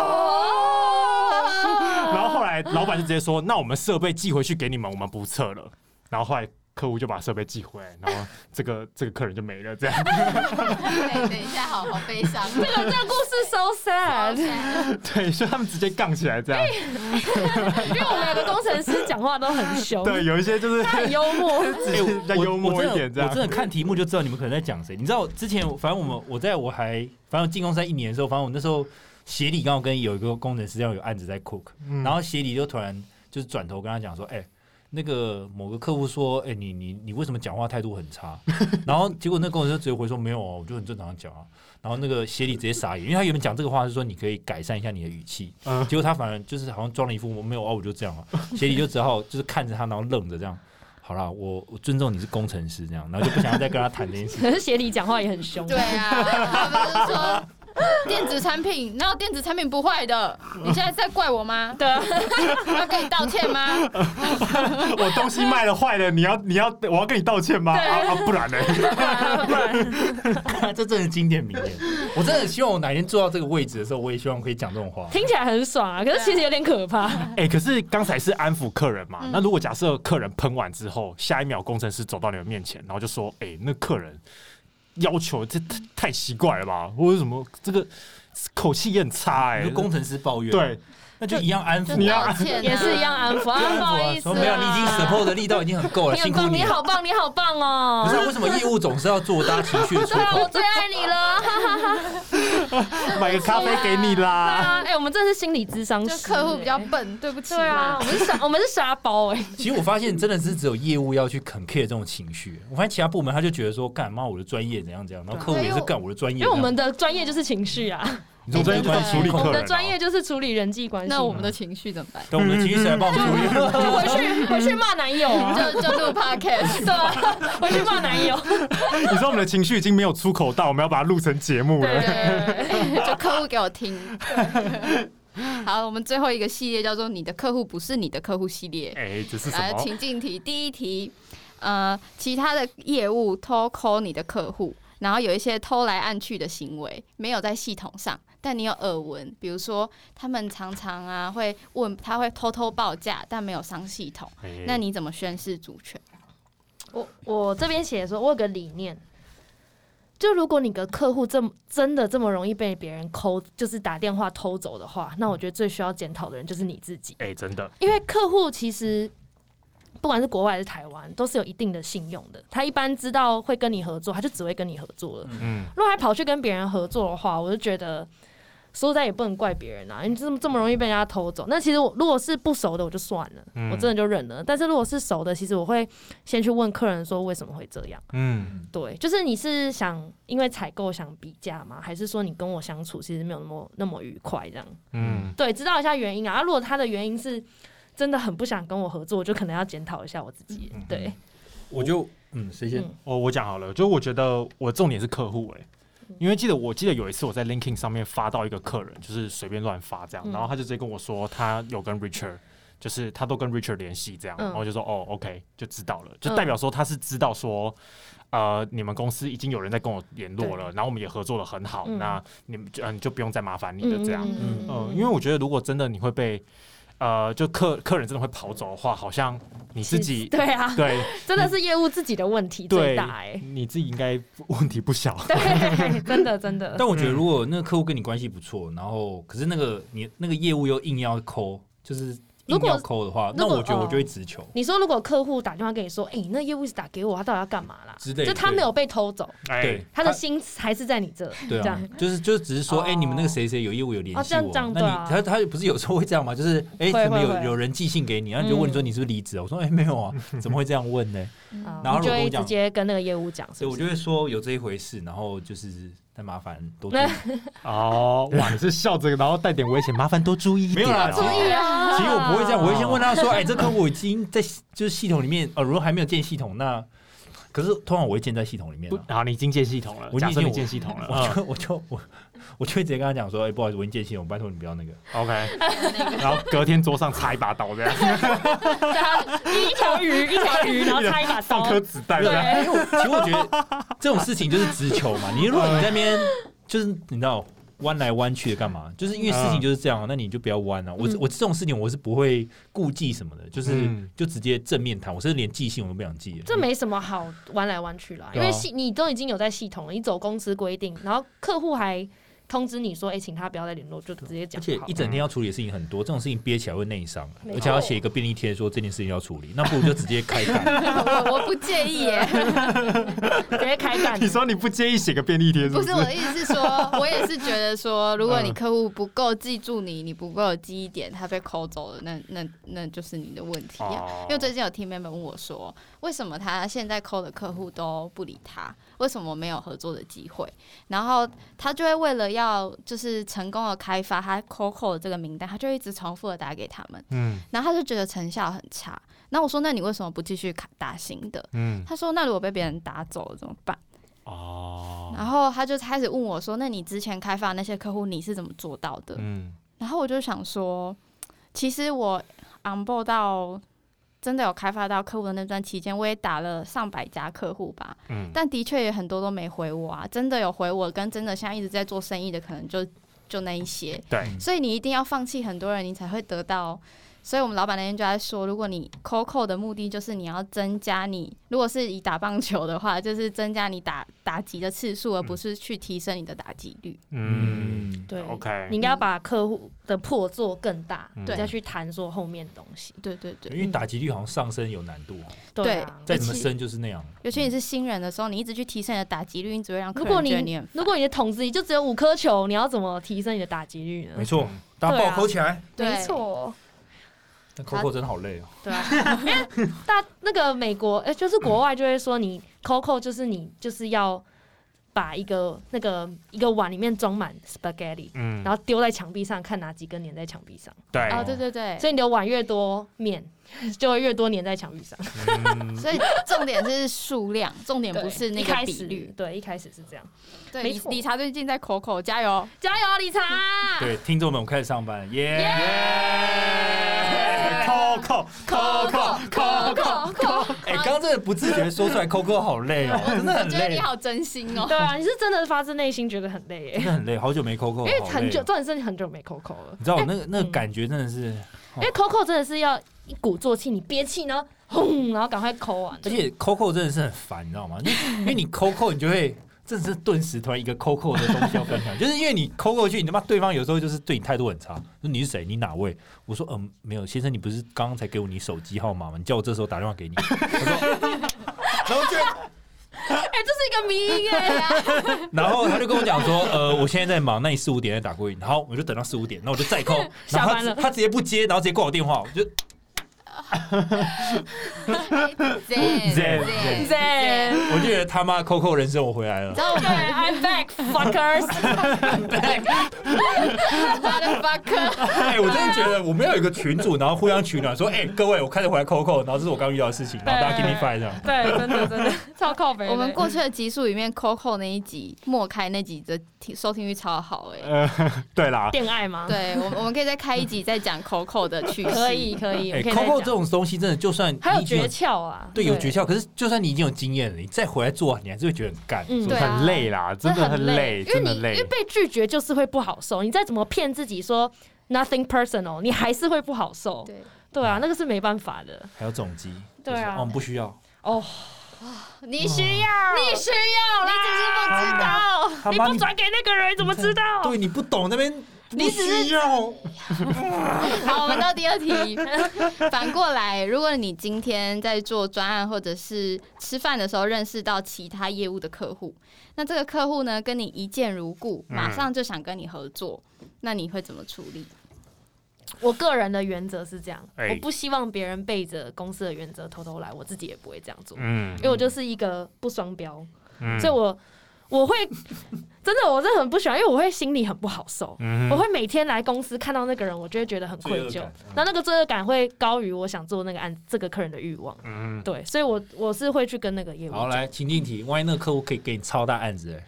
[SPEAKER 2] 然后后来老板就直接说，那我们设备寄回去给你们，我们不测了。然后后来客户就把设备寄回来，然后这个这个客人就没了，这样
[SPEAKER 1] 哎等一下，好好悲伤。
[SPEAKER 3] 这 个这个故事 so sad，
[SPEAKER 2] 对，所以他们直接杠起来这 样，
[SPEAKER 3] 因为我们两个工程师讲话都很凶，
[SPEAKER 2] 对，有一些就是
[SPEAKER 3] 他 很幽默。
[SPEAKER 2] 只是比较幽默一点这样
[SPEAKER 4] 我真的。我真的看题目就知道你们可能在讲谁。你知道之前，反正我们我在我还反正进公司在一年的时候，反正我那时候协理刚好跟有一个工程师要有案子在 cook，、
[SPEAKER 2] 嗯
[SPEAKER 4] 然后协理就突然就是转头跟他讲说：“哎、那个某个客户说，哎、你你你为什么讲话态度很差？”然后结果那工程师直接回说：“没有哦，我就很正常地讲啊。”然后那个协理直接傻眼，因为他原本讲这个话是说你可以改善一下你的语气，
[SPEAKER 2] 嗯
[SPEAKER 4] 结果他反而就是好像装了一副我没有啊，我就这样啊。协理就只好就是看着他，然后愣着这样。好啦，我我尊重你是工程师这样，然后就不想要再跟他谈这件事。
[SPEAKER 3] 可是协理讲话也很凶，
[SPEAKER 1] 对，啊，他们就说电子产品，哪有电子产品不坏的？你现在是在怪我吗？
[SPEAKER 3] 对啊，
[SPEAKER 1] 我要跟你道歉吗？
[SPEAKER 2] 我东西卖了坏了，你要你要我要跟你道歉吗？
[SPEAKER 3] 对
[SPEAKER 2] 啊啊，不然呢？
[SPEAKER 4] 这真是经典名言。我真的很希望我哪天坐到这个位置的时候，我也希望可以讲这种话。
[SPEAKER 3] 听起来很爽啊，可是其实有点可怕。
[SPEAKER 1] 啊
[SPEAKER 2] 哎、可是刚才是安抚客人嘛，
[SPEAKER 3] 嗯
[SPEAKER 2] 那如果假设客人喷完之后，下一秒工程师走到你们面前，然后就说：“哎、那客人要求这太太奇怪了吧？或者什么这个口气也很差哎、
[SPEAKER 4] 你说工程师抱怨，
[SPEAKER 2] 对，
[SPEAKER 4] 那就一样安抚
[SPEAKER 1] 就
[SPEAKER 4] 啊。
[SPEAKER 1] 道歉、啊，
[SPEAKER 3] 也是一样。安抚啊，不好意思、
[SPEAKER 4] 说
[SPEAKER 3] 啊，
[SPEAKER 4] 没有，你已经 support 的力道已经很够了，
[SPEAKER 3] 你很
[SPEAKER 4] 辛苦
[SPEAKER 3] 棒，你
[SPEAKER 4] 了。
[SPEAKER 3] 好棒，你好棒
[SPEAKER 4] 不是、
[SPEAKER 3] 哦！
[SPEAKER 4] 啊、为什么业务总是要做大家情绪的出
[SPEAKER 3] 对啊，我
[SPEAKER 4] 口？
[SPEAKER 3] 最爱你了！
[SPEAKER 2] 买个咖啡给你
[SPEAKER 3] 对
[SPEAKER 2] 啦。
[SPEAKER 3] 啊，哎、我们真的是心理智商师、
[SPEAKER 1] 就客户比较
[SPEAKER 3] 哎
[SPEAKER 1] 笨，对不起。
[SPEAKER 3] 对啊，我，们是傻，我们是傻包哎、
[SPEAKER 4] 其实我发现真的是只有业务要去肯 care 这种情绪，我发现其他部门他就觉得说干嘛我的专业怎样怎样，然后客户也是干我的专业
[SPEAKER 3] 因为
[SPEAKER 4] 怎
[SPEAKER 3] 我
[SPEAKER 4] 样，
[SPEAKER 3] 们的专业就是情绪啊，
[SPEAKER 2] 你从专业关系处理
[SPEAKER 4] 哦
[SPEAKER 3] 我
[SPEAKER 2] 客人、
[SPEAKER 3] 们的
[SPEAKER 2] 啊，
[SPEAKER 3] 专业就是处理人际关系。
[SPEAKER 1] 那我们的情绪怎么办？
[SPEAKER 4] 等我们的情绪谁来帮我们处理？
[SPEAKER 3] 就回去回去骂男友啊，
[SPEAKER 1] 就就录 podcast，
[SPEAKER 3] 对啊，回去骂男友。
[SPEAKER 2] 你说我们的情绪已经没有出口到，我们要把它录成节目了。
[SPEAKER 1] 对， 就客户给我听。 好，我们最后一个系列叫做“你的客户不是你的客户”系列。
[SPEAKER 2] 哎、这是什
[SPEAKER 1] 来，
[SPEAKER 2] 么？
[SPEAKER 1] 情境题，第一题，呃，其他的业务偷 call 你的客户，然后有一些偷来暗去的行为，没有在系统上，但你有耳闻，比如说他们常常啊会问，他会偷偷报价，但没有上系统，
[SPEAKER 2] 哎
[SPEAKER 1] 那你怎么宣示主权？
[SPEAKER 3] 我我这边写说，我有个理念，就如果你的客户这么真的这么容易被别人抠，就是打电话偷走的话，那我觉得最需要检讨的人就是你自己，
[SPEAKER 2] 哎、真的，
[SPEAKER 3] 因为客户其实。不管是国外还是台湾，都是有一定的信用的。他一般知道会跟你合作，他就只会跟你合作了。
[SPEAKER 2] 嗯，
[SPEAKER 3] 如果还跑去跟别人合作的话，我就觉得说实在也不能怪别人啊，你这么这么容易被人家偷走。那其实我如果是不熟的，我就算了，
[SPEAKER 2] 嗯
[SPEAKER 3] 我真的就忍了。但是如果是熟的，其实我会先去问客人说为什么会这样。
[SPEAKER 2] 嗯，
[SPEAKER 3] 对，就是你是想因为采购想比价吗？还是说你跟我相处其实没有那么那么愉快这样？
[SPEAKER 2] 嗯，
[SPEAKER 3] 对，知道一下原因啊。啊如果他的原因是真的很不想跟我合作，我就可能要检讨一下我自己。
[SPEAKER 2] 嗯
[SPEAKER 3] 对，
[SPEAKER 4] 我就嗯，谁先？
[SPEAKER 3] 嗯
[SPEAKER 2] 我我讲好了，就我觉得我重点是客户哎、因为记得我记得有一次我在 LinkedIn 上面发到一个客人，就是随便乱发这样，
[SPEAKER 3] 嗯
[SPEAKER 2] 然后他就直接跟我说他有跟 Richard，就是他都跟 Richard 联系这样，
[SPEAKER 3] 嗯
[SPEAKER 2] 然后我就说哦 OK 就知道了，就
[SPEAKER 3] 嗯
[SPEAKER 2] 代表说他是知道说。呃，你们公司已经有人在跟我联络了，然后我们也合作的很好，
[SPEAKER 3] 嗯
[SPEAKER 2] 那你们就、嗯就不用再麻烦你了这样。
[SPEAKER 1] 嗯
[SPEAKER 2] 嗯，因为我觉得如果真的你会被，呃，就客客人真的会跑走的话，好像你自己
[SPEAKER 3] 对啊，
[SPEAKER 2] 对
[SPEAKER 3] 真的是业务自己的问题最
[SPEAKER 2] 对
[SPEAKER 3] 大
[SPEAKER 1] 欸
[SPEAKER 3] 哎、，
[SPEAKER 2] 你自己应该问题不小。
[SPEAKER 3] 对，真的真的。
[SPEAKER 4] 但我觉得如果那个客户跟你关系不错，然后可是那个你那个业务又硬要抠，就是硬
[SPEAKER 3] 如果
[SPEAKER 4] 要抠的话，那
[SPEAKER 3] 如果
[SPEAKER 4] 我觉得
[SPEAKER 3] 哦
[SPEAKER 4] 我就会直球。
[SPEAKER 3] 你说如果客户打电话跟你说，哎、你那业务一直打给我，他到底要干嘛啦？
[SPEAKER 4] 之类的
[SPEAKER 3] 就他没有被偷走，
[SPEAKER 2] 哎
[SPEAKER 4] 对，，
[SPEAKER 3] 他的心还是在你这，
[SPEAKER 4] 对
[SPEAKER 3] 这
[SPEAKER 4] 啊
[SPEAKER 3] 样，
[SPEAKER 4] 就是就只是说，
[SPEAKER 3] 哦
[SPEAKER 4] 哎、你们那个谁谁有业务有联
[SPEAKER 3] 哦
[SPEAKER 4] 系
[SPEAKER 3] 这样
[SPEAKER 4] 我，
[SPEAKER 3] 这样
[SPEAKER 4] 那
[SPEAKER 3] 对啊
[SPEAKER 4] 你他他不是有时候会这样吗？就是哎，
[SPEAKER 3] 会
[SPEAKER 4] 怎么
[SPEAKER 3] 会
[SPEAKER 4] 有
[SPEAKER 3] 会
[SPEAKER 4] 有人寄信给你，然后你就问说你是不是离职啊？我说哎、没有啊，怎么会这样问呢？
[SPEAKER 3] 啊
[SPEAKER 4] 然后
[SPEAKER 3] 你
[SPEAKER 4] 如
[SPEAKER 3] 就
[SPEAKER 4] 果
[SPEAKER 3] 会
[SPEAKER 4] 我
[SPEAKER 3] 直
[SPEAKER 4] 讲
[SPEAKER 3] 接跟那个业务讲，是
[SPEAKER 4] 所以
[SPEAKER 3] 不
[SPEAKER 4] 我
[SPEAKER 3] 是？
[SPEAKER 4] 就会说有这一回事，然后就是但麻烦 多注意
[SPEAKER 2] 哦，哇，你是笑着，然后带点危险，麻烦多注意一
[SPEAKER 4] 没
[SPEAKER 2] 点。
[SPEAKER 4] 有啦，
[SPEAKER 2] 哦
[SPEAKER 4] 其实
[SPEAKER 3] 对啊
[SPEAKER 4] 其实我不会这样，我会先问他 说，哎、这客户已经在就是系统里面，呃，如果还没有建系统，那可是通常我会建在系统里面、
[SPEAKER 2] 不
[SPEAKER 4] 啊，，
[SPEAKER 2] 好，你已经建系统了，
[SPEAKER 4] 我已
[SPEAKER 2] 假
[SPEAKER 4] 经
[SPEAKER 2] 设你建系统了
[SPEAKER 3] 啊
[SPEAKER 4] 我就我就我我就会直接跟他讲说，哎、不好意思，我已经建系统，拜托你不要那个。
[SPEAKER 2] 嗯，OK，然 后隔天桌上插一把刀这样，
[SPEAKER 3] 对他一条鱼，一条鱼，然后插一 把刀
[SPEAKER 2] 放，颗子弹这样，
[SPEAKER 3] 对，
[SPEAKER 4] 其实我觉得这种事情就是直球嘛。你如果你在那边就是你知道弯来弯去的干嘛？就是因为事情就是这样啊，那你就不要弯啊。我
[SPEAKER 3] 嗯
[SPEAKER 4] 我这种事情我是不会顾忌什么的，就是
[SPEAKER 2] 嗯
[SPEAKER 4] 就直接正面谈。我甚至连寄信我都不想寄了。
[SPEAKER 3] 这没什么好弯来弯去啦，因
[SPEAKER 4] 对啊
[SPEAKER 3] 为系你都已经有在系统了，你走公司规定，然后客户还通知你说，哎、请他不要再联络，就直接
[SPEAKER 4] 而
[SPEAKER 3] 讲
[SPEAKER 4] 且
[SPEAKER 3] 好
[SPEAKER 4] 一。整天要处理的事情很多，这种事情憋起来会内伤，
[SPEAKER 3] 没错
[SPEAKER 4] 而且要写一个便利贴说这件事情要处理，那不如就直接开 干。
[SPEAKER 1] 我我不介意耶，
[SPEAKER 3] 直接开 干
[SPEAKER 2] 你，说你不介意写个便利贴是
[SPEAKER 1] 不
[SPEAKER 2] 是
[SPEAKER 1] 是我？的意思是说，我也是觉得说，如果你客户不够记住你，你不够有记忆点，他被抠走了，那那那就是你的问题啊。
[SPEAKER 2] 哦
[SPEAKER 1] 因为最近有 team member 问我说，为什么他现在抠的客户都不理他，为什么没有合作的机会？然后他就会为了要就是成功的开发他抠抠的这个名单，他就一直重复的打给他们，
[SPEAKER 2] 嗯
[SPEAKER 1] 然后他就觉得成效很差。那我说，那你为什么不继续打新的？
[SPEAKER 2] 嗯，
[SPEAKER 1] 他说，那如果被别人打走了怎么办？
[SPEAKER 2] 哦，
[SPEAKER 1] 然后他就开始问我说：“那你之前开发的那些客户，你是怎么做到的？”
[SPEAKER 2] 嗯，
[SPEAKER 1] 然后我就想说，其实我 onboard 到真的有开发到客户的那段期间，我也打了上百家客户吧，
[SPEAKER 2] 嗯
[SPEAKER 1] 但的确也很多都没回我啊。真的有回我，跟真的现在一直在做生意的，可能就就那一些。
[SPEAKER 2] 对，
[SPEAKER 1] 所以你一定要放弃很多人，你才会得到。所以我们老板那天就在说，如果你 COCO 的目的就是你要增加你，如果是以打棒球的话，就是增加你打打击的次数，而
[SPEAKER 4] 嗯
[SPEAKER 1] 不是去提升你的打击率。
[SPEAKER 2] 嗯
[SPEAKER 3] 对
[SPEAKER 2] ，OK，
[SPEAKER 3] 你应该要把客户的破做更大，
[SPEAKER 2] 嗯
[SPEAKER 3] 你再去谈说后面的东西。
[SPEAKER 1] 对对对，
[SPEAKER 4] 因为打击率好像上升有难度，哦
[SPEAKER 3] 对啊，
[SPEAKER 4] 再怎么升就是那样。
[SPEAKER 1] 尤其你是新人的时候，你一直去提升你的打击率，你只会让客
[SPEAKER 3] 如
[SPEAKER 1] 人
[SPEAKER 3] 果
[SPEAKER 1] 觉得
[SPEAKER 3] 你
[SPEAKER 1] 你很
[SPEAKER 3] 如果你的筒子里就只有五颗球，你要怎么提升你的打击率呢
[SPEAKER 4] 没？错，大家
[SPEAKER 3] 对
[SPEAKER 4] 爆
[SPEAKER 3] 啊
[SPEAKER 4] 扣起来。
[SPEAKER 1] 对哦
[SPEAKER 5] 没错，
[SPEAKER 4] 那 Coco 真的好累哦。
[SPEAKER 3] 对啊，因为大那个美国，哎、就是国外就会说你 Coco 就是你就是要把一个那个一个碗里面装满 spaghetti，
[SPEAKER 2] 嗯，
[SPEAKER 3] 然后丢在墙壁上，看哪几根粘在墙壁上。
[SPEAKER 2] 对，
[SPEAKER 4] 哎
[SPEAKER 1] 哦，对对对，
[SPEAKER 3] 所以你的碗越多，面就会越多粘在墙壁上。
[SPEAKER 2] 嗯
[SPEAKER 1] 所以重点是数量，重点不是那
[SPEAKER 3] 一
[SPEAKER 1] 个
[SPEAKER 3] 开
[SPEAKER 1] 比
[SPEAKER 3] 始
[SPEAKER 1] 率。，
[SPEAKER 3] 对，一开始是这样。
[SPEAKER 1] 对，
[SPEAKER 3] 没
[SPEAKER 1] 理
[SPEAKER 3] 错
[SPEAKER 1] 理查最近在 Coco 加油，
[SPEAKER 3] 加油，啊理查！
[SPEAKER 4] 对，听众们，我们开始上班，耶！
[SPEAKER 2] ，Coco Coco Coco，
[SPEAKER 4] 哎，刚刚真的不自觉说出来，Coco 好累哦，真的
[SPEAKER 1] 我
[SPEAKER 4] 很
[SPEAKER 1] 觉得你
[SPEAKER 4] 累，
[SPEAKER 1] 好真心哦。
[SPEAKER 3] 对啊，你是真的发自内心觉得很累耶
[SPEAKER 4] 真，的很累，好久没 Coco，
[SPEAKER 3] 因为
[SPEAKER 4] 好累
[SPEAKER 3] 很久，
[SPEAKER 4] 哦
[SPEAKER 3] 重点是你很久没 COCO 了，
[SPEAKER 4] 你知道我那个那个
[SPEAKER 3] 嗯
[SPEAKER 4] 感觉真的是，
[SPEAKER 3] 因为 COCO 真的是要一鼓作气，你憋气呢，轰，然后赶快抠完。
[SPEAKER 4] 而且 Coco 真的是很烦，你知道吗？因为因为你 Coco，你就会。真的是顿时突然一个 Coco 的东西要分享，就是因为你 Coco 去，你他妈对方有时候就是对你态度很差，说你是谁，你哪位？我说嗯没有，先生你不是刚刚才给我你手机号码吗？你叫我这时候打电话给你，我说， 然后就
[SPEAKER 1] 哎，这是一个谜语 哎，
[SPEAKER 4] 然后他就跟我讲说，呃，我现在在忙，那你四五点再打过去。然后我就等到四五点，那我就 再 call，然
[SPEAKER 3] 下
[SPEAKER 4] 后
[SPEAKER 3] 班
[SPEAKER 4] 他
[SPEAKER 3] 了
[SPEAKER 4] 他直接不接，然后直接挂我电话，我就
[SPEAKER 1] Zen
[SPEAKER 2] Zen，
[SPEAKER 1] Zen
[SPEAKER 3] Zen
[SPEAKER 4] 我就觉得他妈 Coco 人生我回来了
[SPEAKER 1] 你知。道我
[SPEAKER 3] 对
[SPEAKER 1] 们
[SPEAKER 3] ，I'm back fuckers。
[SPEAKER 1] 他的 fuck，
[SPEAKER 4] 哎，我真的觉得我们要有一个群主，然后互相取暖，说，哎、各位，我开始回来 Coco，然后这是我刚遇到的事情，然后大家 give me five 这样。
[SPEAKER 3] 对，真的真的超靠北的。
[SPEAKER 1] 我们过去的集数里面 Coco 那一集，莫开那集的听收听率超好哎。
[SPEAKER 2] 呃，对啦，
[SPEAKER 3] 恋爱吗？，
[SPEAKER 1] 对，我们我们可以再开一集再讲 Coco 的趣事。
[SPEAKER 3] 可以可以，我们
[SPEAKER 4] 哎、
[SPEAKER 3] 可以
[SPEAKER 4] c o c o
[SPEAKER 3] 再
[SPEAKER 4] 这
[SPEAKER 3] 讲。
[SPEAKER 4] 种东西真的，就算你
[SPEAKER 3] 还有
[SPEAKER 4] 已经
[SPEAKER 3] 诀窍啊，
[SPEAKER 4] 对有诀窍，可是就算你已经有经验了，你再回来做，你还是会觉得很干。
[SPEAKER 3] 嗯
[SPEAKER 4] 说
[SPEAKER 1] 对啊
[SPEAKER 2] 很累啦，真的很累，
[SPEAKER 3] 因为
[SPEAKER 2] 真
[SPEAKER 3] 你
[SPEAKER 2] 的
[SPEAKER 3] 因为
[SPEAKER 2] 累，
[SPEAKER 3] 被拒绝就是会不好受，你再怎么骗自己说 nothing personal，你还是会不好受。
[SPEAKER 1] 对，
[SPEAKER 3] 对啊，那个是没办法的。
[SPEAKER 4] 还有总机，
[SPEAKER 3] 对啊
[SPEAKER 4] 就是哦，我们不需要。
[SPEAKER 3] 哦，
[SPEAKER 1] 你需要，你需要啦，你只是不知道。
[SPEAKER 4] 他
[SPEAKER 3] 你
[SPEAKER 4] 妈
[SPEAKER 3] 不转给那个人怎么知道？
[SPEAKER 4] 对你不懂那边，
[SPEAKER 1] 你只是
[SPEAKER 4] 不需要。
[SPEAKER 1] 好，我们到第二题。 反过来，如果你今天在做专案或者是吃饭的时候认识到其他业务的客户，那这个客户呢跟你一见如故，
[SPEAKER 2] 嗯
[SPEAKER 1] 马上就想跟你合作，那你会怎么处理？
[SPEAKER 3] 我个人的原则是这样，
[SPEAKER 2] 哎
[SPEAKER 3] 我不希望别人背着公司的原则偷偷来，我自己也不会这样做，
[SPEAKER 2] 嗯
[SPEAKER 3] 因为我就是一个不双标，
[SPEAKER 2] 嗯
[SPEAKER 3] 所以我我会真的我真的很不喜欢，因为我会心里很不好受，
[SPEAKER 2] 嗯
[SPEAKER 3] 我会每天来公司看到那个人，我就会觉得很愧
[SPEAKER 4] 罪
[SPEAKER 3] 疚
[SPEAKER 4] 恶感，嗯
[SPEAKER 3] 那那个罪恶感会高于我想做那个案这个客人的欲望，
[SPEAKER 2] 嗯，
[SPEAKER 3] 对，所以我我是会去跟那个业务
[SPEAKER 4] 好，
[SPEAKER 3] 讲，
[SPEAKER 4] 来情境题，万一那个客户可以给你超大案子、哎，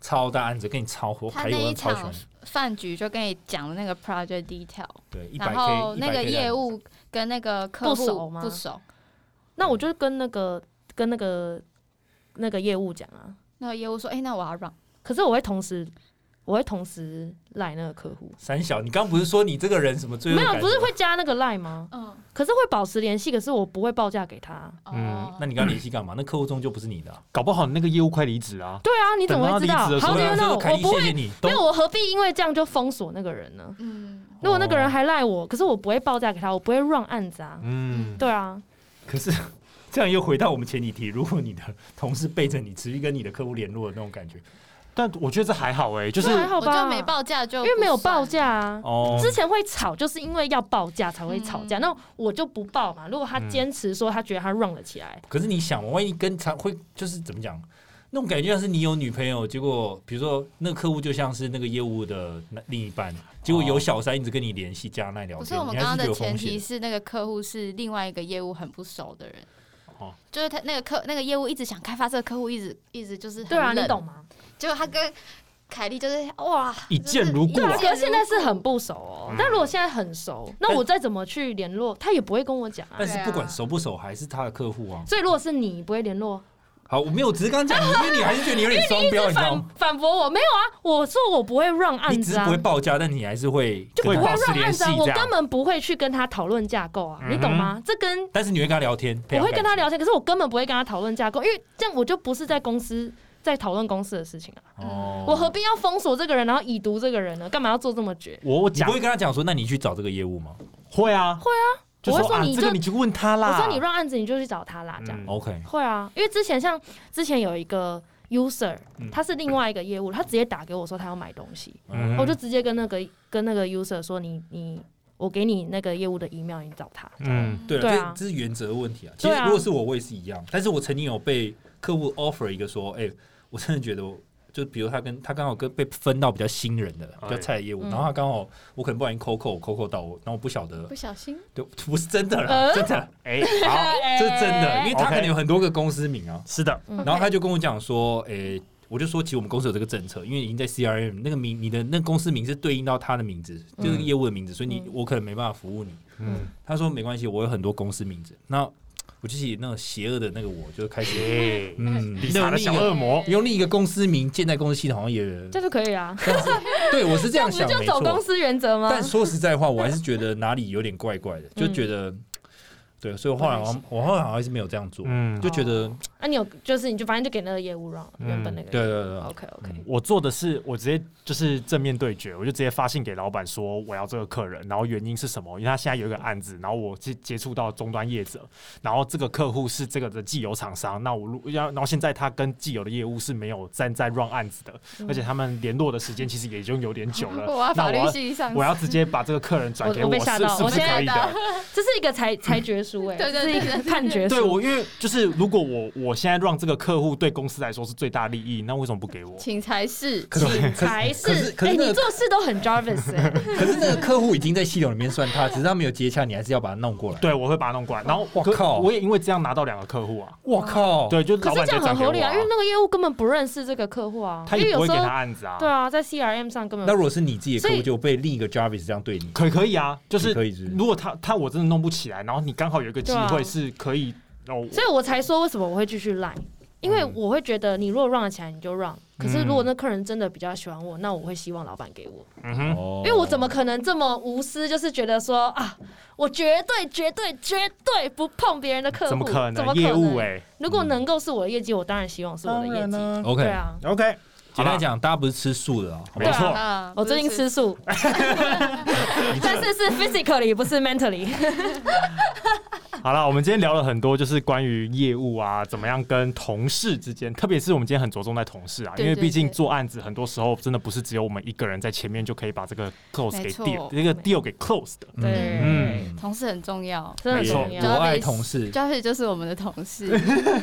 [SPEAKER 4] 超大案子给你超火，
[SPEAKER 1] 他
[SPEAKER 4] 排
[SPEAKER 1] 那
[SPEAKER 4] 油
[SPEAKER 1] 一
[SPEAKER 4] 超喜
[SPEAKER 1] 场
[SPEAKER 4] 欢，
[SPEAKER 1] 饭局就跟你讲了那个 project detail，
[SPEAKER 4] 对，一百
[SPEAKER 1] 然
[SPEAKER 4] K，
[SPEAKER 1] 后那个
[SPEAKER 4] 100K 的
[SPEAKER 1] 业务跟那个客
[SPEAKER 3] 不熟
[SPEAKER 1] 户
[SPEAKER 3] 吗
[SPEAKER 1] 不熟，
[SPEAKER 3] 那我就跟那个跟那个那个业务讲啊，
[SPEAKER 1] 那个业务说：“哎、那我要让。”
[SPEAKER 3] 可是我会同时我会同时来那个客户。
[SPEAKER 4] 三小，你刚不是说你这个人什么罪恶
[SPEAKER 3] 没
[SPEAKER 4] 感？
[SPEAKER 3] 有，不是会加那个 line 吗？
[SPEAKER 1] 嗯，
[SPEAKER 3] 可是会保持联系，可是我不会报价给他。
[SPEAKER 1] 哦，
[SPEAKER 4] 嗯那你刚刚联系干嘛？那客户终究不是你的啊、
[SPEAKER 2] 搞不好那个业务快离职啊，
[SPEAKER 3] 对啊，你怎么会知道
[SPEAKER 2] 等到他
[SPEAKER 3] ？How do
[SPEAKER 2] 离
[SPEAKER 3] you
[SPEAKER 2] 职
[SPEAKER 3] know？
[SPEAKER 4] 说凯
[SPEAKER 3] 我
[SPEAKER 4] 莉，
[SPEAKER 3] 不
[SPEAKER 4] 谢谢
[SPEAKER 3] 会，
[SPEAKER 4] 你，
[SPEAKER 3] 没有，
[SPEAKER 4] 都
[SPEAKER 3] 我何必因为这样就封锁那个人呢？
[SPEAKER 1] 嗯，
[SPEAKER 3] 如果那个人还赖我，可是我不会报价给他，我不会 run 案子啊。
[SPEAKER 2] 嗯，
[SPEAKER 3] 对啊，
[SPEAKER 4] 可是。 这样又回到我们前几题，如果你的同事背着你持续跟你的客户联络的那种感觉，
[SPEAKER 2] 但我觉得这还好哎，就是
[SPEAKER 3] 那还好
[SPEAKER 1] 我
[SPEAKER 3] 吧？
[SPEAKER 1] 就没，报价就
[SPEAKER 3] 因为没有
[SPEAKER 1] 不算
[SPEAKER 3] 报，价啊。
[SPEAKER 4] 哦
[SPEAKER 3] 之前会吵，就是因为要报价才会吵架。
[SPEAKER 1] 嗯
[SPEAKER 3] 那我就不报嘛。如果他
[SPEAKER 2] 嗯
[SPEAKER 3] 坚持说他觉得他 run 了起来，
[SPEAKER 4] 可是你想，万一跟他会就是怎么讲？那种感觉像是你有女朋友，结果比如说那个客户就像是那个业务的那另一半，结果有小三一直跟你联系加奈聊
[SPEAKER 1] 不
[SPEAKER 4] 天，
[SPEAKER 1] 是我们
[SPEAKER 4] 你
[SPEAKER 1] 刚
[SPEAKER 4] 还
[SPEAKER 1] 刚
[SPEAKER 4] 是觉
[SPEAKER 1] 的
[SPEAKER 4] 得有
[SPEAKER 1] 前
[SPEAKER 4] 风
[SPEAKER 1] 提
[SPEAKER 4] 险
[SPEAKER 1] 是那个客户是另外一个业务很不熟的人，
[SPEAKER 2] 哦
[SPEAKER 4] 哈，
[SPEAKER 1] 就是他那个客那个业务一直想开发这个客户，一直一直就是很
[SPEAKER 3] 对啊，你
[SPEAKER 1] 冷
[SPEAKER 3] 懂吗？
[SPEAKER 1] 结果他跟凯莉就是哇，
[SPEAKER 2] 一见如故
[SPEAKER 1] 就
[SPEAKER 3] 对
[SPEAKER 1] 是
[SPEAKER 3] 啊，
[SPEAKER 1] 一
[SPEAKER 3] 可
[SPEAKER 1] 见
[SPEAKER 3] 是现在是很不熟哦
[SPEAKER 2] 嗯。
[SPEAKER 3] 但如果现在很熟，那我再怎么去联络，他也不会跟我讲啊
[SPEAKER 4] 但。是不
[SPEAKER 5] 对
[SPEAKER 4] 管
[SPEAKER 5] 啊
[SPEAKER 4] 熟不熟，还是他的客户啊。
[SPEAKER 3] 所以如果是你不会联络，
[SPEAKER 4] 好，我没有，只是刚刚讲你，因为你还是觉得你有点双标，哦你知道
[SPEAKER 3] 反
[SPEAKER 4] 吗？
[SPEAKER 3] 反驳我没有啊，我说我不会让案
[SPEAKER 4] 你只
[SPEAKER 3] 子
[SPEAKER 4] 是
[SPEAKER 3] 啊
[SPEAKER 4] 不会，报价，但你还是会
[SPEAKER 3] 就不
[SPEAKER 4] 跟
[SPEAKER 3] 会
[SPEAKER 4] 他保持
[SPEAKER 3] 让
[SPEAKER 4] 联
[SPEAKER 3] 案
[SPEAKER 4] 系
[SPEAKER 3] 子啊，我
[SPEAKER 4] 这样嗯
[SPEAKER 3] 根。本不会去跟他讨论架构啊，你懂吗？这跟
[SPEAKER 4] 但是你会跟他聊天，
[SPEAKER 3] 我
[SPEAKER 4] 培养
[SPEAKER 3] 会跟他
[SPEAKER 4] 感
[SPEAKER 3] 聊天，可是我根本不会跟他讨论架构，因为这样我就不是在公司在讨论公司的事情啊，
[SPEAKER 4] 情。哦，
[SPEAKER 3] 我何必要封锁这个人，然后已读这个人呢？干嘛要做这么绝？
[SPEAKER 2] 我我
[SPEAKER 4] 你
[SPEAKER 2] 讲
[SPEAKER 4] 不会跟他讲说，那你去找这个业务吗
[SPEAKER 2] 会啊会啊，就
[SPEAKER 3] 我会
[SPEAKER 2] 说
[SPEAKER 3] 说
[SPEAKER 2] 啊
[SPEAKER 3] 你
[SPEAKER 2] 这个
[SPEAKER 3] 就
[SPEAKER 2] 你去问他啦。
[SPEAKER 3] 我说你让案子你就去找他啦，这样。
[SPEAKER 2] 嗯
[SPEAKER 4] ？OK，
[SPEAKER 3] 会啊，因为之前像之前有一个 user，
[SPEAKER 4] 嗯
[SPEAKER 3] 他是另外一个业务，他直接打给我说他要买东西，
[SPEAKER 2] 嗯
[SPEAKER 3] 我就直接跟那个跟那个 user 说你你我给你那个业务的 email，你找他。
[SPEAKER 2] 嗯
[SPEAKER 4] 对
[SPEAKER 3] 对
[SPEAKER 4] 啊
[SPEAKER 3] 啊，
[SPEAKER 4] 这这是原则问题啊。其实
[SPEAKER 3] 对啊
[SPEAKER 4] 如果是我，我也是一样。但是我曾经有被客户 offer 一个说，哎、我真的觉得我，就比如他跟他刚好跟被分到比较新人的、比较菜的业务，
[SPEAKER 3] 嗯
[SPEAKER 4] 然后他刚好我可能不小心扣扣扣扣到我，然后我不晓得
[SPEAKER 5] 不，小心
[SPEAKER 4] 对，不是真的啦，
[SPEAKER 3] 呃哎
[SPEAKER 4] 真的，
[SPEAKER 2] 哎 好
[SPEAKER 4] 这是真的，因为他
[SPEAKER 2] OK
[SPEAKER 4] 可能有很多个公司名啊。
[SPEAKER 2] 是的，
[SPEAKER 3] 嗯
[SPEAKER 4] 然后他就跟我讲说，诶、我就说其实我们公司有这个政策，因为已经在 CRM 那个名，你的那个公司名是对应到他的名字，
[SPEAKER 3] 嗯
[SPEAKER 4] 就是业务的名字，所以你
[SPEAKER 3] 嗯
[SPEAKER 4] 我可能没办法服务你。
[SPEAKER 2] 嗯
[SPEAKER 3] 嗯，
[SPEAKER 4] 他说没关系，我有很多公司名字。那我就是以那种邪恶的那个我，就开始
[SPEAKER 2] 哎，
[SPEAKER 4] 嗯，
[SPEAKER 2] 理查的小恶魔
[SPEAKER 4] 用另一个公司名建在公司系统，好像也
[SPEAKER 3] 这就可以啊，
[SPEAKER 4] 但是对我是这样
[SPEAKER 3] 不
[SPEAKER 4] 想，
[SPEAKER 3] 就
[SPEAKER 4] 没
[SPEAKER 3] 走公
[SPEAKER 4] 错。
[SPEAKER 3] 司原则吗？嗯
[SPEAKER 4] 但说实在话，我还是觉得哪里有点怪怪的，就觉得对，所以我后来好像我后来好像是没有这样做，
[SPEAKER 2] 嗯
[SPEAKER 4] 就觉得
[SPEAKER 3] 那、你有就是你就反正就给那个业务让
[SPEAKER 2] 嗯
[SPEAKER 3] 原本那个
[SPEAKER 4] 对对对对
[SPEAKER 3] OK OK，
[SPEAKER 2] 我做的是，我直接就是正面对决，我就直接发信给老板说我要这个客人，然后原因是什么？因为他现在有一个案子，然后我接接触到终端业者，然后这个客户是这个的既有厂商，那我如要，然后现在他跟既有的业务是没有站在 run 案子的，
[SPEAKER 3] 嗯
[SPEAKER 2] 而且他们联络的时间其实也就有点久 了，
[SPEAKER 5] 我要
[SPEAKER 2] 那
[SPEAKER 5] 法
[SPEAKER 2] 我
[SPEAKER 5] 律
[SPEAKER 2] 要
[SPEAKER 5] 系上
[SPEAKER 2] 我要直接把这个客人转给
[SPEAKER 3] 我我被
[SPEAKER 2] 是
[SPEAKER 3] 吓到
[SPEAKER 2] 是不
[SPEAKER 3] 我
[SPEAKER 2] 是
[SPEAKER 3] 现在
[SPEAKER 2] 可以的？
[SPEAKER 3] 这是一个裁裁 决书哎、
[SPEAKER 5] 对对
[SPEAKER 3] 这
[SPEAKER 5] 对
[SPEAKER 3] 是一个判决书。
[SPEAKER 2] 对我，因为就是如果我我现在让这个客户对公司来说是最大利益，那为什么不给我？
[SPEAKER 5] 请才是
[SPEAKER 4] 可是可
[SPEAKER 3] 才
[SPEAKER 4] 是可是可
[SPEAKER 3] 哎、
[SPEAKER 4] 是那
[SPEAKER 3] 你
[SPEAKER 4] 个
[SPEAKER 3] 做事都很 Jarvis 哎、
[SPEAKER 4] 可是那个客户已经在系统里面算他，只是他没有接洽，你还是要把他弄过 来。，
[SPEAKER 2] 对，我会把它弄过来。然后
[SPEAKER 4] 哇
[SPEAKER 2] 可
[SPEAKER 4] 靠哦
[SPEAKER 2] 我也因为这样拿到两个客户啊。
[SPEAKER 4] 我靠，
[SPEAKER 2] 对，就是
[SPEAKER 3] 可
[SPEAKER 2] 老
[SPEAKER 3] 是
[SPEAKER 2] 板
[SPEAKER 3] 这
[SPEAKER 2] 就
[SPEAKER 3] 样很
[SPEAKER 2] 转给
[SPEAKER 3] 合
[SPEAKER 2] 我
[SPEAKER 3] 理
[SPEAKER 2] 啊
[SPEAKER 3] 啊，因为那个业务根本不认识这个客户啊，
[SPEAKER 2] 他
[SPEAKER 3] 因为
[SPEAKER 2] 也不会
[SPEAKER 3] 有时
[SPEAKER 2] 给
[SPEAKER 3] 候
[SPEAKER 2] 他案子啊。
[SPEAKER 3] 对，啊，在 CRM 上根本
[SPEAKER 4] 那如果是你自己的客户，
[SPEAKER 3] 所以
[SPEAKER 4] 就被另一个 Jarvis 这样对你，
[SPEAKER 2] 可以可以啊，就
[SPEAKER 4] 你
[SPEAKER 2] 是
[SPEAKER 4] 可以是不是
[SPEAKER 2] 如果他他我真的弄不起来，然后你刚好有一个机
[SPEAKER 3] 对
[SPEAKER 2] 会
[SPEAKER 3] 啊
[SPEAKER 2] 是可以哦，
[SPEAKER 3] 所以我才说为什么我会继续赖，因
[SPEAKER 2] 嗯
[SPEAKER 3] 为我会觉得你如果让得起来你就让，可是如果那客人真的比较喜欢我，那我会希望老板给我，
[SPEAKER 2] 嗯哼，
[SPEAKER 4] 哦
[SPEAKER 3] 因为哎我怎么可能这么无私，就是觉得说啊，我绝对绝对绝对不碰别人的客户，
[SPEAKER 2] 怎么可
[SPEAKER 3] 怎
[SPEAKER 2] 能
[SPEAKER 3] 么
[SPEAKER 2] 业务哎
[SPEAKER 3] 如果能够是我的业绩，我当然希望是我的业绩，
[SPEAKER 4] OK？
[SPEAKER 3] 对啊。
[SPEAKER 2] 哦？OK，
[SPEAKER 4] 简单讲，大家不是吃素的啊，好
[SPEAKER 2] 没
[SPEAKER 4] 不好
[SPEAKER 2] 错，
[SPEAKER 5] 啊
[SPEAKER 3] 我最近吃 素，但是是 physically 不是 mentally。
[SPEAKER 2] 好了，我们今天聊了很多，就是关于业务啊，怎么样跟同事之间，特别是我们今天很着重在同事啊，
[SPEAKER 5] 对
[SPEAKER 2] 因为
[SPEAKER 5] 对
[SPEAKER 2] 毕竟
[SPEAKER 5] 对
[SPEAKER 2] 做案子很多时候真的不是只有我们一个人在前面就可以把这个 close
[SPEAKER 5] 没
[SPEAKER 2] 给
[SPEAKER 5] 错
[SPEAKER 2] deal 这个 deal 给 close 的。
[SPEAKER 3] 对，
[SPEAKER 2] 嗯
[SPEAKER 5] 同事很重要
[SPEAKER 3] 真的很 重
[SPEAKER 2] 没啊
[SPEAKER 3] 要
[SPEAKER 4] 我。嗯爱同事，
[SPEAKER 5] ，Jaffy 就是我们的同 事，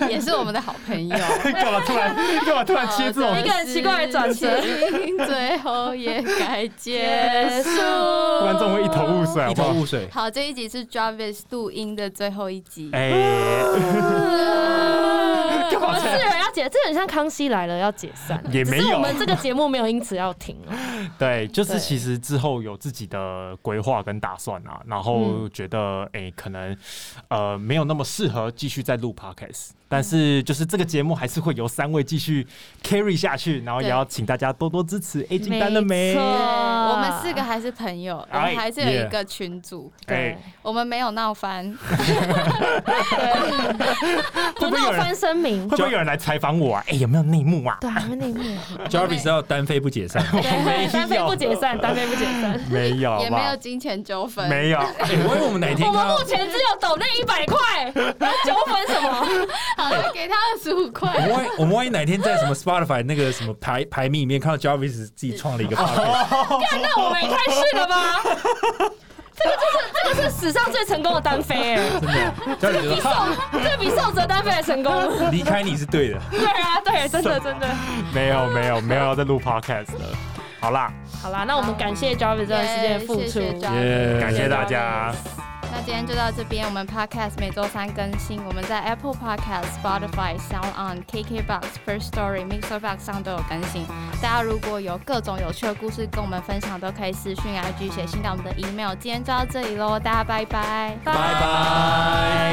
[SPEAKER 5] 也是我们的好朋友。
[SPEAKER 2] 干嘛突然干嘛突然切这
[SPEAKER 1] 哦呃
[SPEAKER 2] 种
[SPEAKER 3] 一个很奇怪的转折，
[SPEAKER 5] 最后 也该结
[SPEAKER 3] 结
[SPEAKER 5] 束
[SPEAKER 3] 束。
[SPEAKER 2] 观众会一头雾水，好
[SPEAKER 4] 一
[SPEAKER 2] 不好
[SPEAKER 4] 头？雾水。
[SPEAKER 5] 好，这一集是 Jarvis 录音的最后一集。
[SPEAKER 2] 哎，
[SPEAKER 3] 我们四人要解，这很像康熙来了要解散，
[SPEAKER 2] 也没有
[SPEAKER 3] 只是我们这个节目没有因此要停哦。
[SPEAKER 2] 对，就是
[SPEAKER 3] 对
[SPEAKER 2] 其实之后有自己的规划跟打算啊，然后觉得诶可能呃没有那么适合继续再录 podcast，但是就是这个节目还是会由三位继续 carry 下去，然后也
[SPEAKER 5] 对
[SPEAKER 2] 要请大家多多支持。A 哎进单了没
[SPEAKER 3] 没？错
[SPEAKER 5] 对我们四个还是朋友，我
[SPEAKER 2] 哎
[SPEAKER 5] 们还是有一个群组，
[SPEAKER 2] 哎
[SPEAKER 3] 对，
[SPEAKER 5] 我们没有闹翻。
[SPEAKER 3] 不
[SPEAKER 2] 会有
[SPEAKER 3] 闹
[SPEAKER 2] 人
[SPEAKER 3] 翻声明
[SPEAKER 2] 会，不会有人来采访我啊？哎、有没有内幕啊？
[SPEAKER 3] 对，还没内幕，
[SPEAKER 4] Jarvis 要单飞不 解散，
[SPEAKER 3] 对，单飞不解
[SPEAKER 2] 呃
[SPEAKER 3] 散，单飞不解散。
[SPEAKER 2] 没 有，
[SPEAKER 5] 也
[SPEAKER 2] 好不
[SPEAKER 5] 没
[SPEAKER 2] 好
[SPEAKER 5] 有金钱纠纷，
[SPEAKER 2] 没有。
[SPEAKER 4] 哎我以为我们哪天
[SPEAKER 2] 啊
[SPEAKER 3] 我们
[SPEAKER 4] 看到
[SPEAKER 3] 目，前只有抖那一百块，纠纷什么？
[SPEAKER 5] 好了，给他二十五
[SPEAKER 4] 我
[SPEAKER 5] 块
[SPEAKER 4] 们。万一我们万一哪天在什么 Spotify 那个什么排排名里面看到 Jarvis 自己 创了一个 podcast，
[SPEAKER 3] 那我们也太是了吧？这个就是这个是史上最成功的单飞，哎，
[SPEAKER 4] Jarvis 就
[SPEAKER 3] 比
[SPEAKER 4] 说
[SPEAKER 3] 受
[SPEAKER 4] 哈
[SPEAKER 3] 这比受责单飞还成功。
[SPEAKER 4] 离开你是对的。
[SPEAKER 3] 对啊，对，真的真的。
[SPEAKER 2] 没有没有没有要再录 podcast 了。好啦，
[SPEAKER 3] 好啦，那我们感谢 Jarvis 这段时间的付出。
[SPEAKER 5] 谢谢 Jarvis
[SPEAKER 4] 耶
[SPEAKER 2] 感谢大家。
[SPEAKER 5] 那
[SPEAKER 1] 那今天就到这边，我们 Podcast 每周三更新，我们在 Apple Podcast、Spotify、Sound On、KKBox、First Story、Mixer Box 上都有更新。大家如果有各种有趣的故事跟我们分享，都可以私讯 IG 写信到我们的 email。今天就到这里喽，大家拜拜，
[SPEAKER 2] 拜拜。